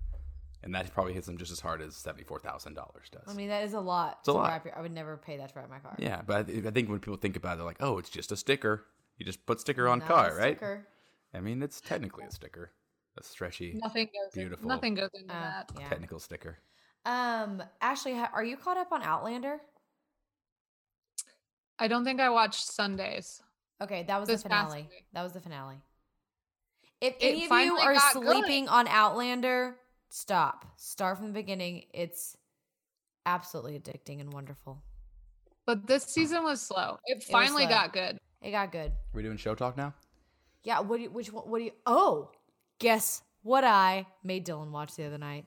S2: and that probably hits them just as hard as seventy four thousand dollars does.
S1: I mean, that is a lot.
S2: a
S1: to
S2: lot.
S1: Wrap your, I would never pay that to wrap my car.
S2: yeah, but I, th- I think when people think about it, they're like, oh, it's just a sticker. You just put sticker on
S1: Not
S2: car,
S1: a
S2: right?
S1: sticker.
S2: I mean, it's technically a sticker, a stretchy
S4: Nothing goes
S2: Beautiful.
S4: In, nothing goes into
S1: Uh,
S4: that.
S1: yeah.
S2: technical sticker.
S1: Um, Ashley, ha- are you caught up on Outlander?
S4: I don't think I watched Sundays.
S1: Okay, that was
S4: This
S1: the
S4: past
S1: finale.
S4: Sunday.
S1: That was the finale. If
S4: It
S1: any of you
S4: finally
S1: are
S4: got
S1: sleeping on Outlander, stop. Start from the beginning. It's absolutely addicting and wonderful.
S4: But this season was slow. It
S1: was
S4: finally
S1: slow.
S4: got good.
S1: It got good.
S2: we doing show talk now?
S1: Yeah. What? Do you, which one? What do you? Oh, guess what? I made Dylan watch the other night.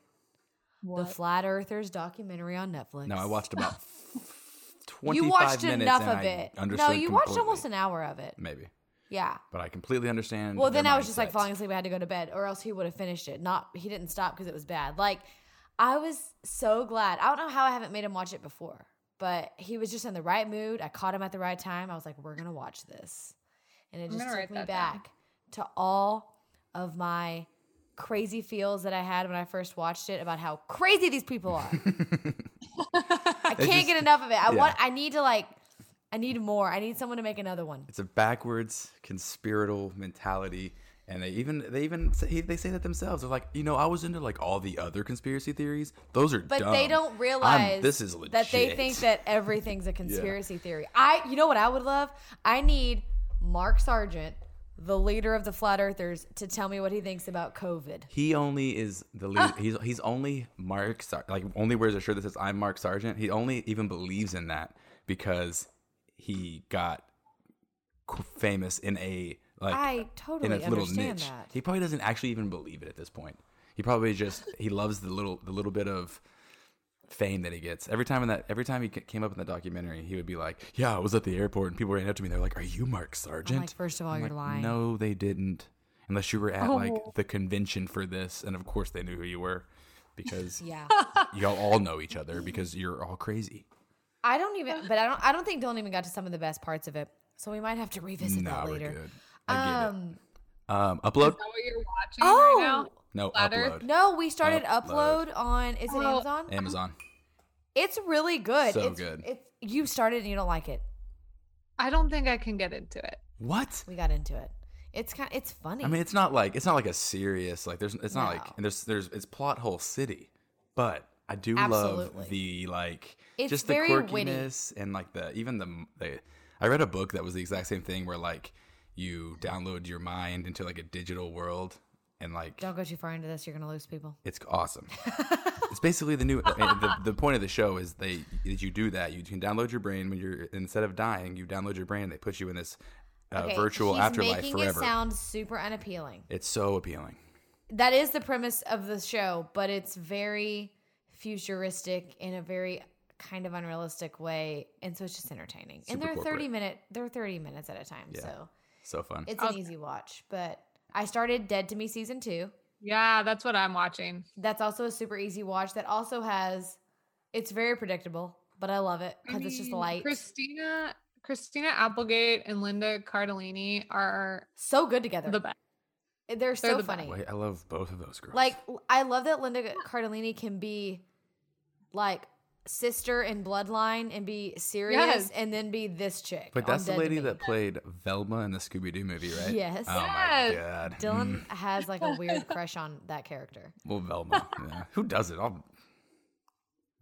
S1: The Flat Earthers documentary on Netflix.
S2: No, I watched
S1: <laughs>
S2: about twenty.
S1: You watched
S2: minutes
S1: enough
S2: and
S1: of
S2: I
S1: it. No,
S2: Understood
S1: you watched
S2: completely.
S1: almost an hour of it.
S2: Maybe.
S1: Yeah.
S2: But I completely understand.
S1: Well, then
S2: their
S1: I was just like
S2: mindset.
S1: falling asleep. I had to go to bed, or else he would have finished it. Not he didn't stop because it was bad. Like I was so glad. I don't know how I haven't made him watch it before, but he was just in the right mood. I caught him at the right time. I was like, "We're gonna watch this," and it
S4: I'm
S1: just
S4: gonna
S1: took
S4: write
S1: me
S4: that down.
S1: back to all of my crazy feels that I had when I first watched it about how crazy these people
S2: <laughs>
S1: are. I can't
S2: just-
S1: get enough of it.
S2: yeah.
S1: I want. I need to like. I need more. I need someone to make another one.
S2: It's a backwards conspiratorial mentality, and they even they even say, they say that themselves. They're like, you know, I was into like all the other conspiracy theories. Those are
S1: But
S2: dumb.
S1: they don't
S2: I'm-
S1: realize
S2: this is legit.
S1: that they think that everything's a conspiracy theory. I, you know what I would love? I need Mark Sargent, the leader of the flat earthers, to tell me what he thinks about COVID.
S2: He only is the
S1: Ah.
S2: lead. He's he's only Mark Sar- like only wears a shirt that says I'm Mark Sargent. He only even believes in that because he got qu- famous in a like
S1: I totally
S2: in a little
S1: understand
S2: niche.
S1: that.
S2: He probably doesn't actually even believe it at this point. He probably just he loves the little the little bit of fame that he gets. Every time in that every time he c- came up in the documentary, he would be like, "Yeah, I was at the airport and people ran up to me. They're like, "Are you Mark Sargent?"
S5: like, first of all,
S2: I'm
S5: you're
S2: like,
S5: lying.
S2: No, they didn't. Unless you were at like
S1: Oh.
S2: the convention for this, and of course they knew who you were because
S1: <laughs> Yeah,
S2: <laughs> y'all all know each other because you're all crazy.
S1: I don't even. But I don't. I don't think Dylan even got to some of the best parts of it. So we might have to revisit
S2: Nah,
S1: that
S2: we're
S1: later.
S2: good. I get
S1: Um.
S2: it. Um, upload?
S4: that what you're watching
S1: Oh
S4: right now?
S2: No,
S4: Flat Earth?
S2: upload.
S1: no, we started
S2: Upload.
S1: upload on. Is it
S4: Oh.
S1: Amazon?
S2: Amazon.
S1: It's really good.
S2: So
S1: it's,
S2: good.
S1: It's you started and you don't like it.
S4: I don't think I can get into it.
S2: What?
S1: We got into it. It's kind. It's funny.
S2: I mean, it's not like it's not like a serious like. There's it's not
S1: No.
S2: like and there's there's it's plot hole city, but I do
S1: Absolutely.
S2: love the like
S1: It's
S2: just the
S1: very witty.
S2: quirkiness and like the even the, the I read a book that was the exact same thing where like you download your mind into like a digital world and like
S1: don't go too far into this. You're gonna lose people.
S2: it's awesome. <laughs> it's basically the new I mean, the, the point of the show is they is you do that you can download your brain when you're instead of dying you download your brain they put you in this uh,
S1: Okay,
S2: virtual
S1: he's
S2: afterlife
S1: making
S2: forever.
S1: It sound super unappealing.
S2: it's so appealing.
S1: That is the premise of the show, but it's very futuristic in a very kind of unrealistic way, and so it's just entertaining. and
S2: Super
S1: they're thirty
S2: corporate.
S1: minute they're thirty minutes at a time, so
S2: So fun.
S1: it's an easy watch. But I started Dead to Me season two.
S4: Yeah, that's what I'm watching.
S1: That's also a super easy watch. That also has it's very predictable, but I love it
S4: I
S1: because it's just
S4: mean,
S1: light.
S4: Christina, Christina Applegate and Linda Cardellini are
S1: so good together.
S4: the best.
S1: they're so
S4: the best.
S1: funny.
S2: Wait, I love both of those girls.
S1: Like l- I love that Linda Cardellini can be like sister in Bloodline and be serious
S4: Yes.
S1: and then be this chick.
S2: but
S1: on
S2: that's the
S1: Dead to
S2: lady
S1: Me.
S2: that played Velma in the Scooby Doo movie, right?
S1: Yes.
S2: Oh my
S4: Yes.
S2: god. Mm.
S1: Dylan has like a <laughs> weird crush on that character.
S2: Well, Velma.
S1: <laughs>
S2: yeah. Who does it? I'll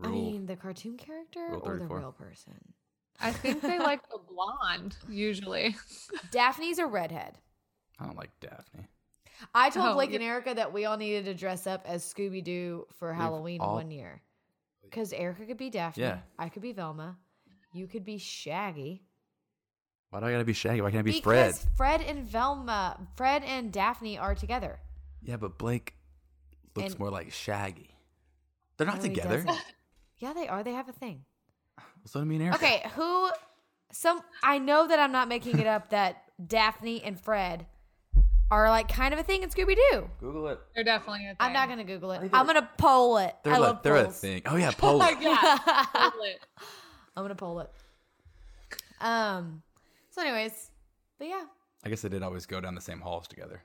S1: I
S2: rule.
S1: mean, the cartoon character
S2: Rule
S1: or the
S2: 34.
S1: real person?
S4: I think they like the blonde
S1: <laughs>
S4: usually.
S1: Daphne's a redhead.
S2: I don't like Daphne.
S1: I told
S4: Oh,
S1: Blake
S4: yeah.
S1: and Erica that we all needed to dress up as Scooby Doo for Halloween
S2: all-
S1: one year. Because Erica could be Daphne.
S2: Yeah.
S1: I could be Velma. You could be Shaggy.
S2: Why do I gotta be Shaggy? Why can't I be Fred?
S1: because Fred and Velma, Fred and Daphne are together.
S2: Yeah, but Blake looks
S1: And-
S2: more like Shaggy. They're not
S1: No, he
S2: together. <laughs>
S1: doesn't. Yeah, they are. They have a thing.
S2: So do me and Erica.
S1: Okay, who? Some I know that I'm not making it up. That Daphne and Fred are like kind of a thing in Scooby Doo.
S2: Google it.
S4: They're definitely a thing.
S1: I'm not gonna Google it. I'm gonna poll it.
S2: They're,
S1: I
S2: a-
S1: love
S2: they're a
S1: polls. <laughs>
S2: thing. Oh yeah, Polo.
S4: Yeah. totally.
S1: I'm gonna poll it. Um. So, anyways, but yeah,
S2: I guess they did always go down the same halls together.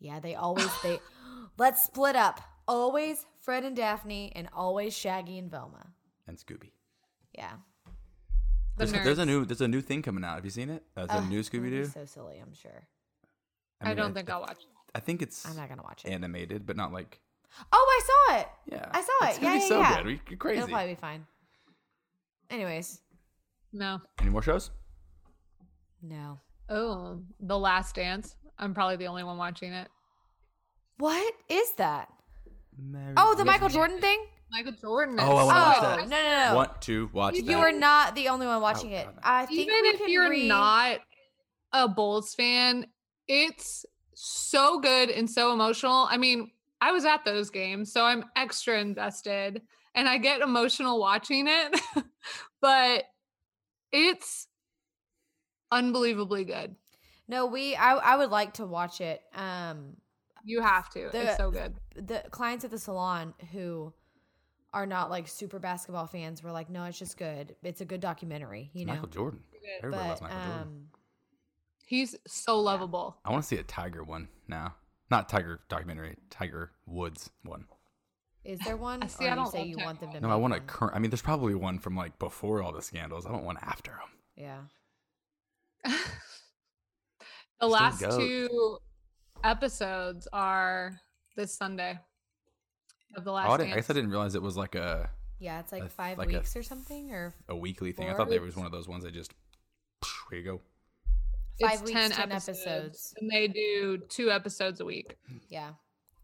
S1: yeah. They always they let's split up. Always Fred and Daphne, and always Shaggy and Velma.
S2: And Scooby.
S1: Yeah.
S2: <laughs>
S4: The
S2: There's, there's a
S4: nerds.
S2: new there's a new thing coming out. Have you seen it? Uh, it's a
S1: Ugh,
S2: new
S1: it would
S2: Scooby
S1: be
S2: Doo.
S1: So silly, I'm sure.
S4: I, don't think I'll watch. it.
S2: I think it's
S1: I'm not gonna watch it.
S2: animated, but not like
S1: Oh, I sall it.
S2: Yeah.
S1: I saw
S2: It's
S1: it.
S2: gonna
S1: Yeah,
S2: be
S1: yeah,
S2: so
S1: yeah.
S2: good. We- You're crazy.
S1: It'll probably be fine. Anyways,
S4: No.
S2: Any more shows?
S1: no.
S4: Oh, The Last Dance. I'm probably the only one watching it.
S1: What is that? Oh, the Michael Jordan thing.
S4: Michael Jordan.
S2: Oh, I wanna watch
S1: Oh
S2: that.
S1: no no no!
S2: Want to watch
S1: you
S2: that. Oh,
S1: are not the only one watching it.
S2: God.
S1: I think
S4: Even
S1: we
S4: if
S1: can
S4: you're
S1: re-
S4: not a Bulls fan, it's so good and so emotional. I mean, I was at those games, so I'm extra invested and I get emotional watching it, <laughs> but it's unbelievably good.
S1: No, we I I would like to watch it. Um
S4: You have to.
S1: The-
S4: it's so good.
S1: the clients at the salon who are not like super basketball fans were like, no, it's just good. It's a good documentary, you know.
S2: Michael Jordan. Everybody loves
S1: But
S2: Michael Jordan.
S1: um,
S4: He's so lovable.
S2: I want to see a Tiger one now. Not Tiger documentary, Tiger Woods one.
S1: is there one?
S4: I
S1: Or
S4: see, I
S1: you
S4: don't
S1: say
S4: love
S1: you want them to.
S2: No, I
S1: make
S2: want a
S1: one?
S2: current. I mean, there's probably one from like before all the scandals. I don't want after them.
S1: Yeah.
S4: The
S2: Still
S4: last
S2: goat.
S4: two episodes are this Sunday of the last.
S2: Oh, I, didn't, I
S4: Dance.
S2: guess I didn't realize it was like a
S1: Yeah, it's
S2: A-
S1: like five
S2: like a
S1: weeks or something, or
S2: a weekly thing. I thought
S1: Four
S2: they was one of those ones that just here you go.
S1: five weeks, 10, episodes.
S4: and they do two episodes a week.
S1: Yeah,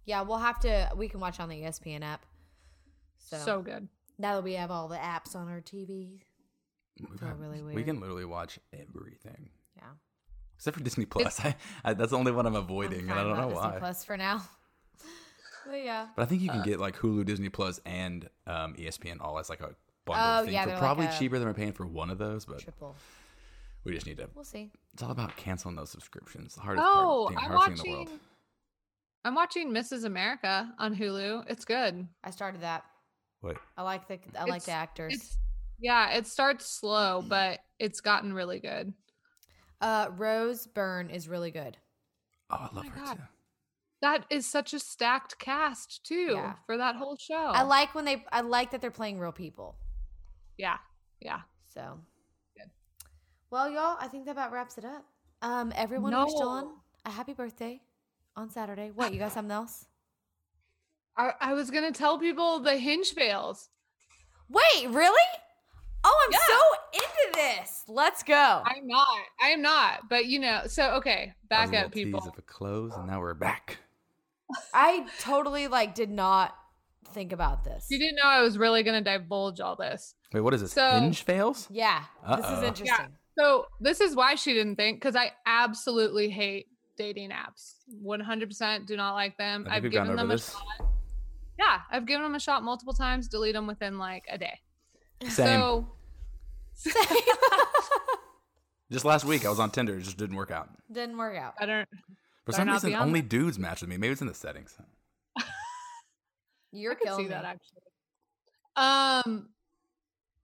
S1: yeah. We'll have to. We can watch on the E ESPN app. So,
S4: So, good.
S1: now that we have all the apps on our TV,
S2: We've
S1: Feel
S2: had-
S1: really
S2: We
S1: weird.
S2: can literally watch everything
S1: yeah, I'm
S2: except for Disney Plus. <laughs> I, I, that's the only one I'm avoiding, and
S1: fine
S2: I don't
S1: about
S2: know
S1: Disney
S2: why.
S1: Plus for now. <laughs> but yeah,
S2: But I think
S4: Uh,
S2: you can get like Hulu, Disney Plus, and um, ESPN all as like a bundle
S1: Oh,
S2: thing
S1: yeah,
S2: for
S1: they're like
S2: probably
S1: a-
S2: cheaper than we're paying for one of those. But
S1: triple.
S2: we just need to.
S1: We'll see.
S2: It's all about canceling those subscriptions. The hardest part,
S4: Oh,
S2: thing,
S4: I'm
S2: hardest thing in the
S4: watching.
S2: world.
S4: I'm watching Mrs. America on Hulu. It's good.
S1: I started that.
S2: Wait,
S1: I like the I like the
S4: It's-
S1: actors.
S4: It's yeah. It starts slow, but it's gotten really good.
S1: Uh, Rose Byrne is really good.
S2: oh, I love
S4: my
S2: her
S4: God.
S2: too.
S4: That is such a stacked cast too
S1: Yeah.
S4: for that whole show.
S1: I like when they. I like that they're playing real people.
S4: Yeah, yeah.
S1: So,
S4: Good.
S1: well, y'all, I think that about wraps it up. Um, everyone, wish Dylan
S4: No.
S1: a happy birthday on Saturday. What you got? Something else?
S4: I, I was gonna tell people the hinge fails.
S1: Wait, really? Oh, I'm so into this. Let's go.
S4: I'm not. I am not. But you know. So okay,
S2: That was
S4: back
S2: a
S4: up,
S2: little tease
S4: people.
S2: Of a close, and now we're back.
S1: I totally like did not think about this.
S4: You didn't know I was really gonna divulge all this.
S2: Wait, what is this?
S4: So- um,
S2: Hinge fails?
S1: Yeah, this
S2: Uh-oh.
S1: is
S2: Yeah.
S1: interesting. <laughs>
S4: So this is why she didn't think, because I absolutely hate dating apps. 100% do not like them.
S2: I think
S4: I've
S2: we've gone
S4: given
S2: over
S4: them a
S2: this.
S4: shot. Yeah, I've given them a shot multiple times. Delete them within like a day.
S2: Same.
S4: So
S2: Just last week, I was on Tinder. It just didn't work out.
S1: Didn't work out.
S4: I don't.
S2: For
S4: Better
S2: some
S4: not
S2: reason,
S4: be on
S2: only dudes match with me. Maybe it's in the settings.
S1: You're
S4: I could
S1: killing
S4: see that
S1: me.
S4: actually. Um,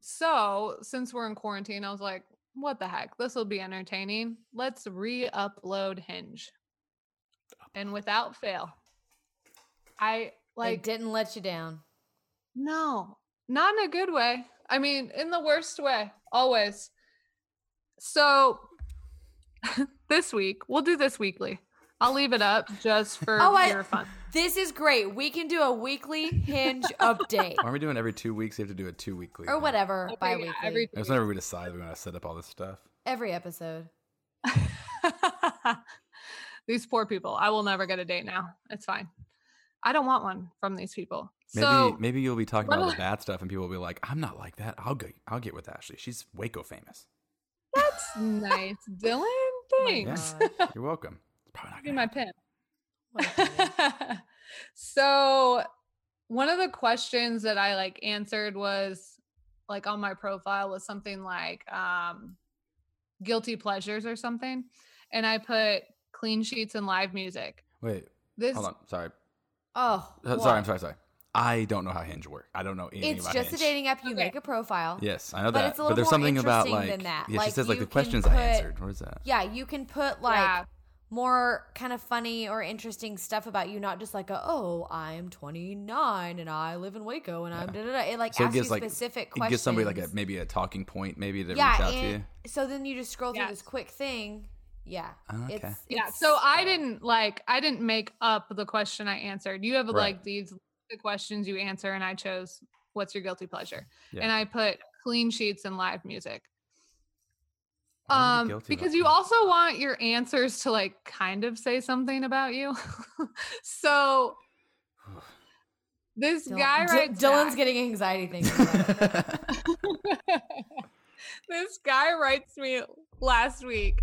S4: so since we're in quarantine, I was like, "What the heck? This will be entertaining. Let's re-upload Hinge." And without fail, I
S1: Like,
S4: like
S1: didn't let you down.
S4: No, not in a good way. I mean, in the worst way, always. So <laughs> this week, we'll do this weekly. I'll leave it up just for
S1: Oh, I-
S4: your fun.
S1: This is great. We can do a
S4: <laughs>
S1: weekly hinge update
S2: Aren't we doing every two weeks? You have to do it two weekly.
S1: or whatever
S4: Every-
S1: bi weekly.
S4: yeah, every-
S2: It's whenever we decide we want to set up all this stuff.
S1: every episode.
S4: <laughs> these poor people. I will never get a date now. It's fine. I don't want one from these people.
S2: Maybe
S4: so
S2: maybe you'll be talking
S4: What
S2: about all
S4: do
S2: the bad stuff, and people will be like, "I'm not like that. I'll go. I'll get with Ashley. She's Waco famous.
S4: that's nice, Dylan. Thanks.
S1: <laughs> God.
S2: You're welcome." It's probably not
S4: Be
S2: gonna
S4: my
S2: happen.
S4: pin.
S1: What a baby.
S4: <laughs> so one of the questions that I like answered was like on my profile was something like um guilty pleasures or something. And I put clean sheets and live music.
S2: Wait,
S4: This
S2: hold on. Sorry.
S1: Oh,
S2: Uh,
S1: what?
S2: sorry. I'm sorry. Sorry. I don't know how Hinge work. I don't know anything
S1: It's
S2: about
S1: just a
S2: Hinge.
S1: dating app. You
S4: Okay.
S1: make a profile.
S2: Yes, I know
S1: But
S2: that.
S1: it's a little
S2: there's
S1: more
S2: something about
S1: interesting
S2: like
S1: than that.
S2: yeah, she
S1: Like,
S2: says like
S1: you
S2: the
S1: can
S2: questions
S1: put-
S2: I answered. What is that?
S1: Yeah, you can put like
S4: Yeah.
S1: more kind of funny or interesting stuff about you, not just like a, oh, I'm 29 and I live in Waco and I'm da da da. It like
S2: So it
S1: asks you
S2: gives like
S1: specific
S2: it
S1: questions.
S2: gives somebody like a maybe a talking point maybe to reach
S1: yeah.
S2: out to you.
S1: and- So then you just scroll through
S4: Yes.
S1: this quick thing. Yeah.
S2: Oh, okay.
S1: It's,
S4: yeah.
S1: it's-
S4: So
S2: uh
S4: I didn't like I didn't make up the question I answered. You have
S2: Right.
S4: like these the questions you answer and I chose what's your guilty pleasure.
S2: Yeah.
S4: And I put clean sheets and live music.
S2: Why are you
S4: um
S2: guilty about
S4: because you
S2: that?
S4: also want your answers to like kind of say something about you <laughs> so this
S1: Dylan-
S4: guy
S1: Dy-
S4: writes
S1: Dylan's
S4: back-
S1: getting
S2: <laughs>
S1: anxiety thinking.
S4: this guy writes me last week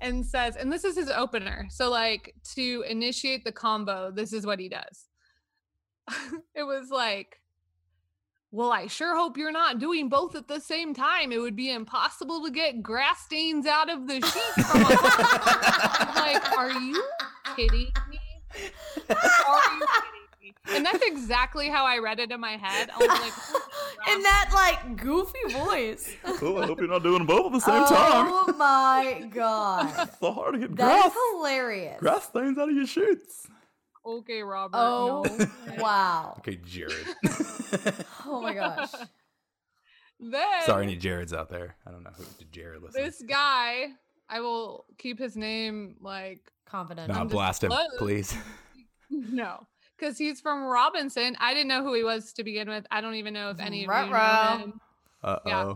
S4: and says and this is his opener so like to <laughs> initiate the combo this is what he does it was like Well, I sure hope you're not doing both at the same time. It would be impossible to get grass stains out of the sheets from a I'm like, are you kidding me? Are you kidding me? And that's exactly how I read it in my head. I was like,
S1: <laughs> In that like goofy voice.
S2: Cool. I hope you're not doing both at the same time.
S1: oh my god.
S2: It's so hard to get
S1: That
S2: grass
S1: is hilarious.
S2: grass stains out of your shoots.
S4: okay, Robert.
S1: Oh <laughs>
S4: no.
S1: wow.
S2: Okay,
S4: <laughs>
S2: Jared.
S1: Oh my gosh.
S4: Then
S2: Sorry, any Jareds out there. I don't know who to Jared listens.
S4: this guy, I will keep his name like <laughs>
S1: Confident.
S2: Nah,
S4: I'm just
S2: blast him,
S4: slow.
S2: please.
S4: No, because he's from Robinson. I didn't know who he was to begin with. I don't even know if any of you know
S1: Ruh-roh.
S4: him.
S2: Uh oh.
S4: Yeah.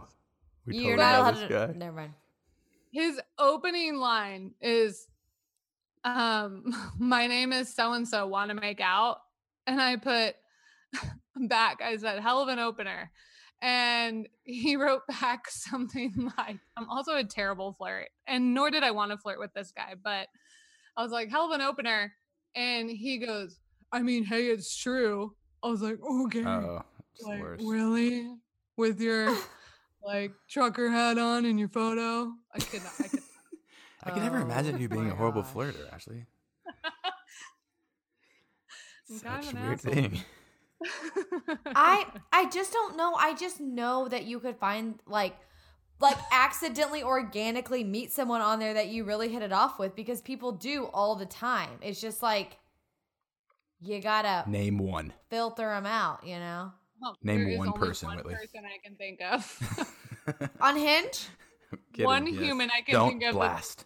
S2: We totally
S1: You're not
S2: know
S1: allowed
S2: this
S1: to.
S2: guy.
S1: Never mind.
S4: His opening line is, um, <laughs> "My name is so and so. Want to make out?" And I put <laughs> back. I said, "Hell of an opener." And he <laughs> wrote back something <laughs> like, "I'm also a terrible flirt, and nor did I want to flirt with this guy, but I was like, hell of an opener." And he goes, "I mean, hey, it's true." I was like, "Okay."
S2: Oh, it's the
S4: like,
S2: worst.
S4: really
S2: <laughs>
S4: with your like trucker hat on in your photo i could not
S2: <laughs>
S4: i could <laughs>
S2: I can never
S1: Oh
S2: imagine you being
S1: my
S2: a horrible
S1: gosh.
S2: flirter, Ashley.
S4: <laughs> I'm kind
S2: Such
S4: of
S2: a
S4: an
S2: weird
S4: asshole.
S2: thing.
S1: I I just don't know. I just know that you could find like like accidentally organically meet someone on there that you really hit it off with because people do all the time. It's just like you gotta
S2: Name one.
S1: filter them out, you know.
S4: Well,
S2: Name
S4: Oh, there is
S2: one
S4: only
S2: person,
S4: one
S2: Whitley.
S4: person i can think of
S2: <laughs>
S4: <laughs>
S1: On Hinge,
S2: Kidding,
S4: One human I can
S2: Don't
S4: think of that-
S2: blast.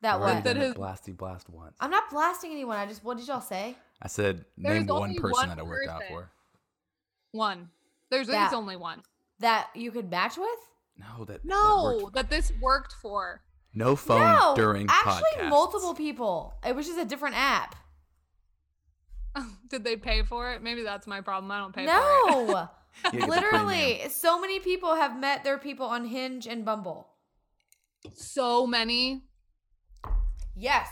S1: that
S2: I've already
S1: what?
S4: That
S2: done that
S4: is-
S2: blasty blast once.
S1: I'm not blasting anyone. I just what did y'all say?
S2: I said
S4: There's
S2: name one
S4: only
S2: person
S4: one
S2: that I worked out
S4: person.
S2: for.
S4: one there's
S1: That-
S4: it's only one
S1: That you could match with?
S2: No, that that
S4: no
S2: worked-
S4: that this worked for <laughs>
S2: no phone
S1: no,
S2: during
S1: actually
S2: podcasts.
S1: multiple people. It was just a different app.
S4: did they pay for it maybe that's my problem i don't pay for it
S1: No.
S2: You get the premium.
S1: Literally, so many people have met their people on Hinge and Bumble.
S4: so many
S1: Yes.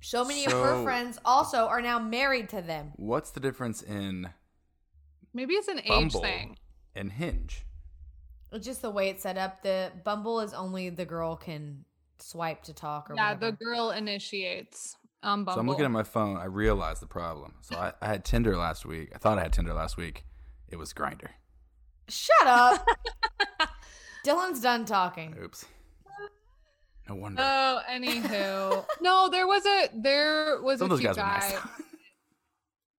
S1: So many of her
S2: So-
S1: friends also are now married to them.
S2: What's the difference in
S4: maybe it's an age
S2: Bumble
S4: thing
S2: and Hinge?
S1: It's Just the way it's set up, the Bumble is only the girl can swipe to talk or
S4: yeah
S1: whatever.
S4: the girl initiates um Bumble.
S2: So I'm looking at my phone. I realized the problem. So I, I had Tinder last week. I thought I had Tinder last week. It was Grinder.
S1: Shut
S4: <laughs>
S1: up. Dylan's done talking.
S2: Oops. No
S1: <laughs>
S2: wonder.
S1: Uh,
S4: Oh, anywho. no, there was a there was
S2: Some
S4: a
S2: of those
S4: cute
S2: guys are
S4: guy
S2: nice.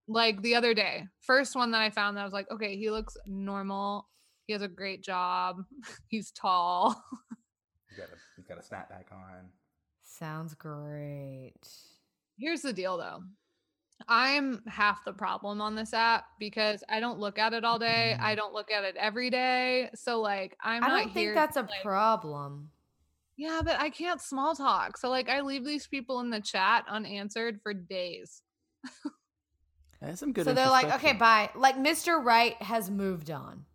S4: like the other day. First one that I found that I was like, okay, he looks normal. He has a great job. <laughs> He's tall. <laughs>
S2: You got a you got a snapback on.
S1: Sounds great.
S4: Here's the deal though. I'm half the problem on this app because I don't look at it all day. I don't look at it every day. So like I'm
S1: I'm I
S4: not
S1: do not think
S4: here
S1: that's
S4: to,
S1: a
S4: like-
S1: problem.
S4: Yeah, but I can't small talk. So like I leave these people in the chat unanswered for days.
S2: That's some good.
S1: so they're like, okay,
S2: introspection.
S1: bye. Like Mr. Wright has moved on. <laughs>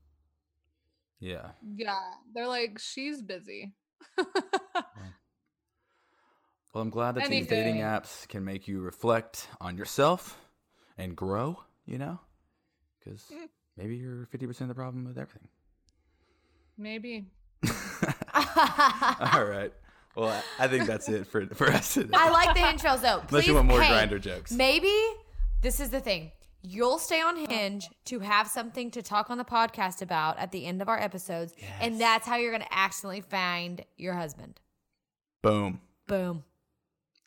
S2: Yeah.
S4: Yeah. They're like, she's busy.
S2: Well, I'm glad that these
S4: Anywho.
S2: dating apps can make you reflect on yourself and grow. You know, because
S1: Mm.
S2: maybe you're 50 percent of the problem with everything.
S4: Maybe.
S1: I
S2: <laughs> All right. Well, I- I think that's it for for us today.
S1: like
S2: <laughs>
S1: the Hinge trails though.
S2: Unless
S1: Please,
S2: you want more
S1: hey,
S2: grinder jokes.
S1: Maybe this is the thing. You'll stay on Hinge to have something to talk on the podcast about at the end of our episodes, and that's how you're going to accidentally find your husband.
S2: Boom.
S1: Boom.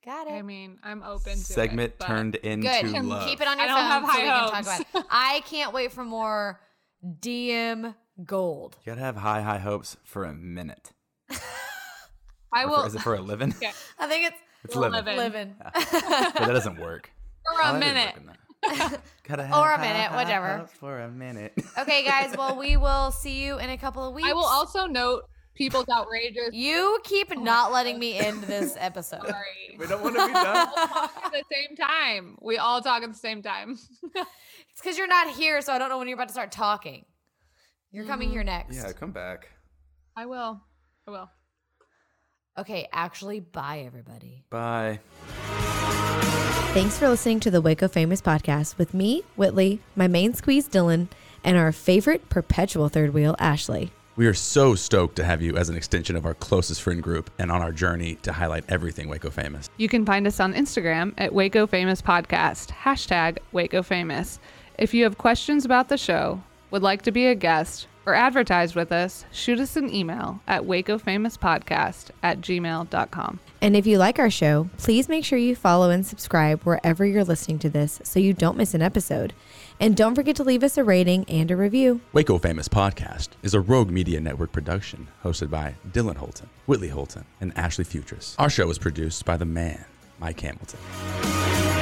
S1: Got
S4: I
S1: it.
S4: mean, I'm open to it,
S2: Segment
S4: but-
S2: turned into
S1: Good.
S2: love.
S1: Keep it on your
S4: I don't
S1: phone
S4: have
S1: so we
S4: high
S1: can talk about it. <laughs> I can't wait for more DM gold.
S2: You gotta have high, high hopes for a minute.
S4: I
S2: Or
S4: will
S2: for, is it for a
S1: <laughs>
S2: living?
S4: Okay.
S1: I think it's
S2: <laughs> It's living.
S4: Living.
S1: living
S4: <laughs>
S1: <laughs>
S2: But that doesn't work.
S4: for a minute.
S1: <laughs>
S2: Gotta have
S1: or
S2: high,
S1: a minute,
S2: high
S1: whatever.
S2: hopes For a minute.
S1: <laughs> Okay, guys. Well, we will see you in a couple of weeks.
S4: I will also Oh note people's outrageous
S1: You keep not letting me end this episode.
S4: story.
S2: we don't want to be done.
S1: <laughs>
S4: at the same time. We all talk at the same time. <laughs>
S1: It's because you're not here, so I don't know when you're about to start talking. You're coming here next.
S2: Yeah, come back.
S4: I will. I will.
S1: Okay, actually, bye, everybody.
S2: Bye.
S5: Thanks for listening to the Waco Famous podcast with me, Whitley, my main squeeze Dylan, and our favorite perpetual third wheel, Ashley.
S2: We are so stoked to have you as an extension of our closest friend group and on our journey to highlight everything Waco famous.
S4: You can find us on Instagram at Waco Famous Podcast, hashtag Waco Famous. If you have questions about the show, would like to be a guest, or advertise with us, shoot us an email at wacofamouspodcast at gmail.com.
S5: And if you like our show, please make sure you follow and subscribe wherever you're listening to this so you don't miss an episode. And don't forget to leave us a rating and a review.
S2: Waco Famous Podcast is a Rogue Media Network production hosted by Dylan Holton, Whitley Holton, and Ashley Futris. Our show is produced by the man, Mike Hamilton.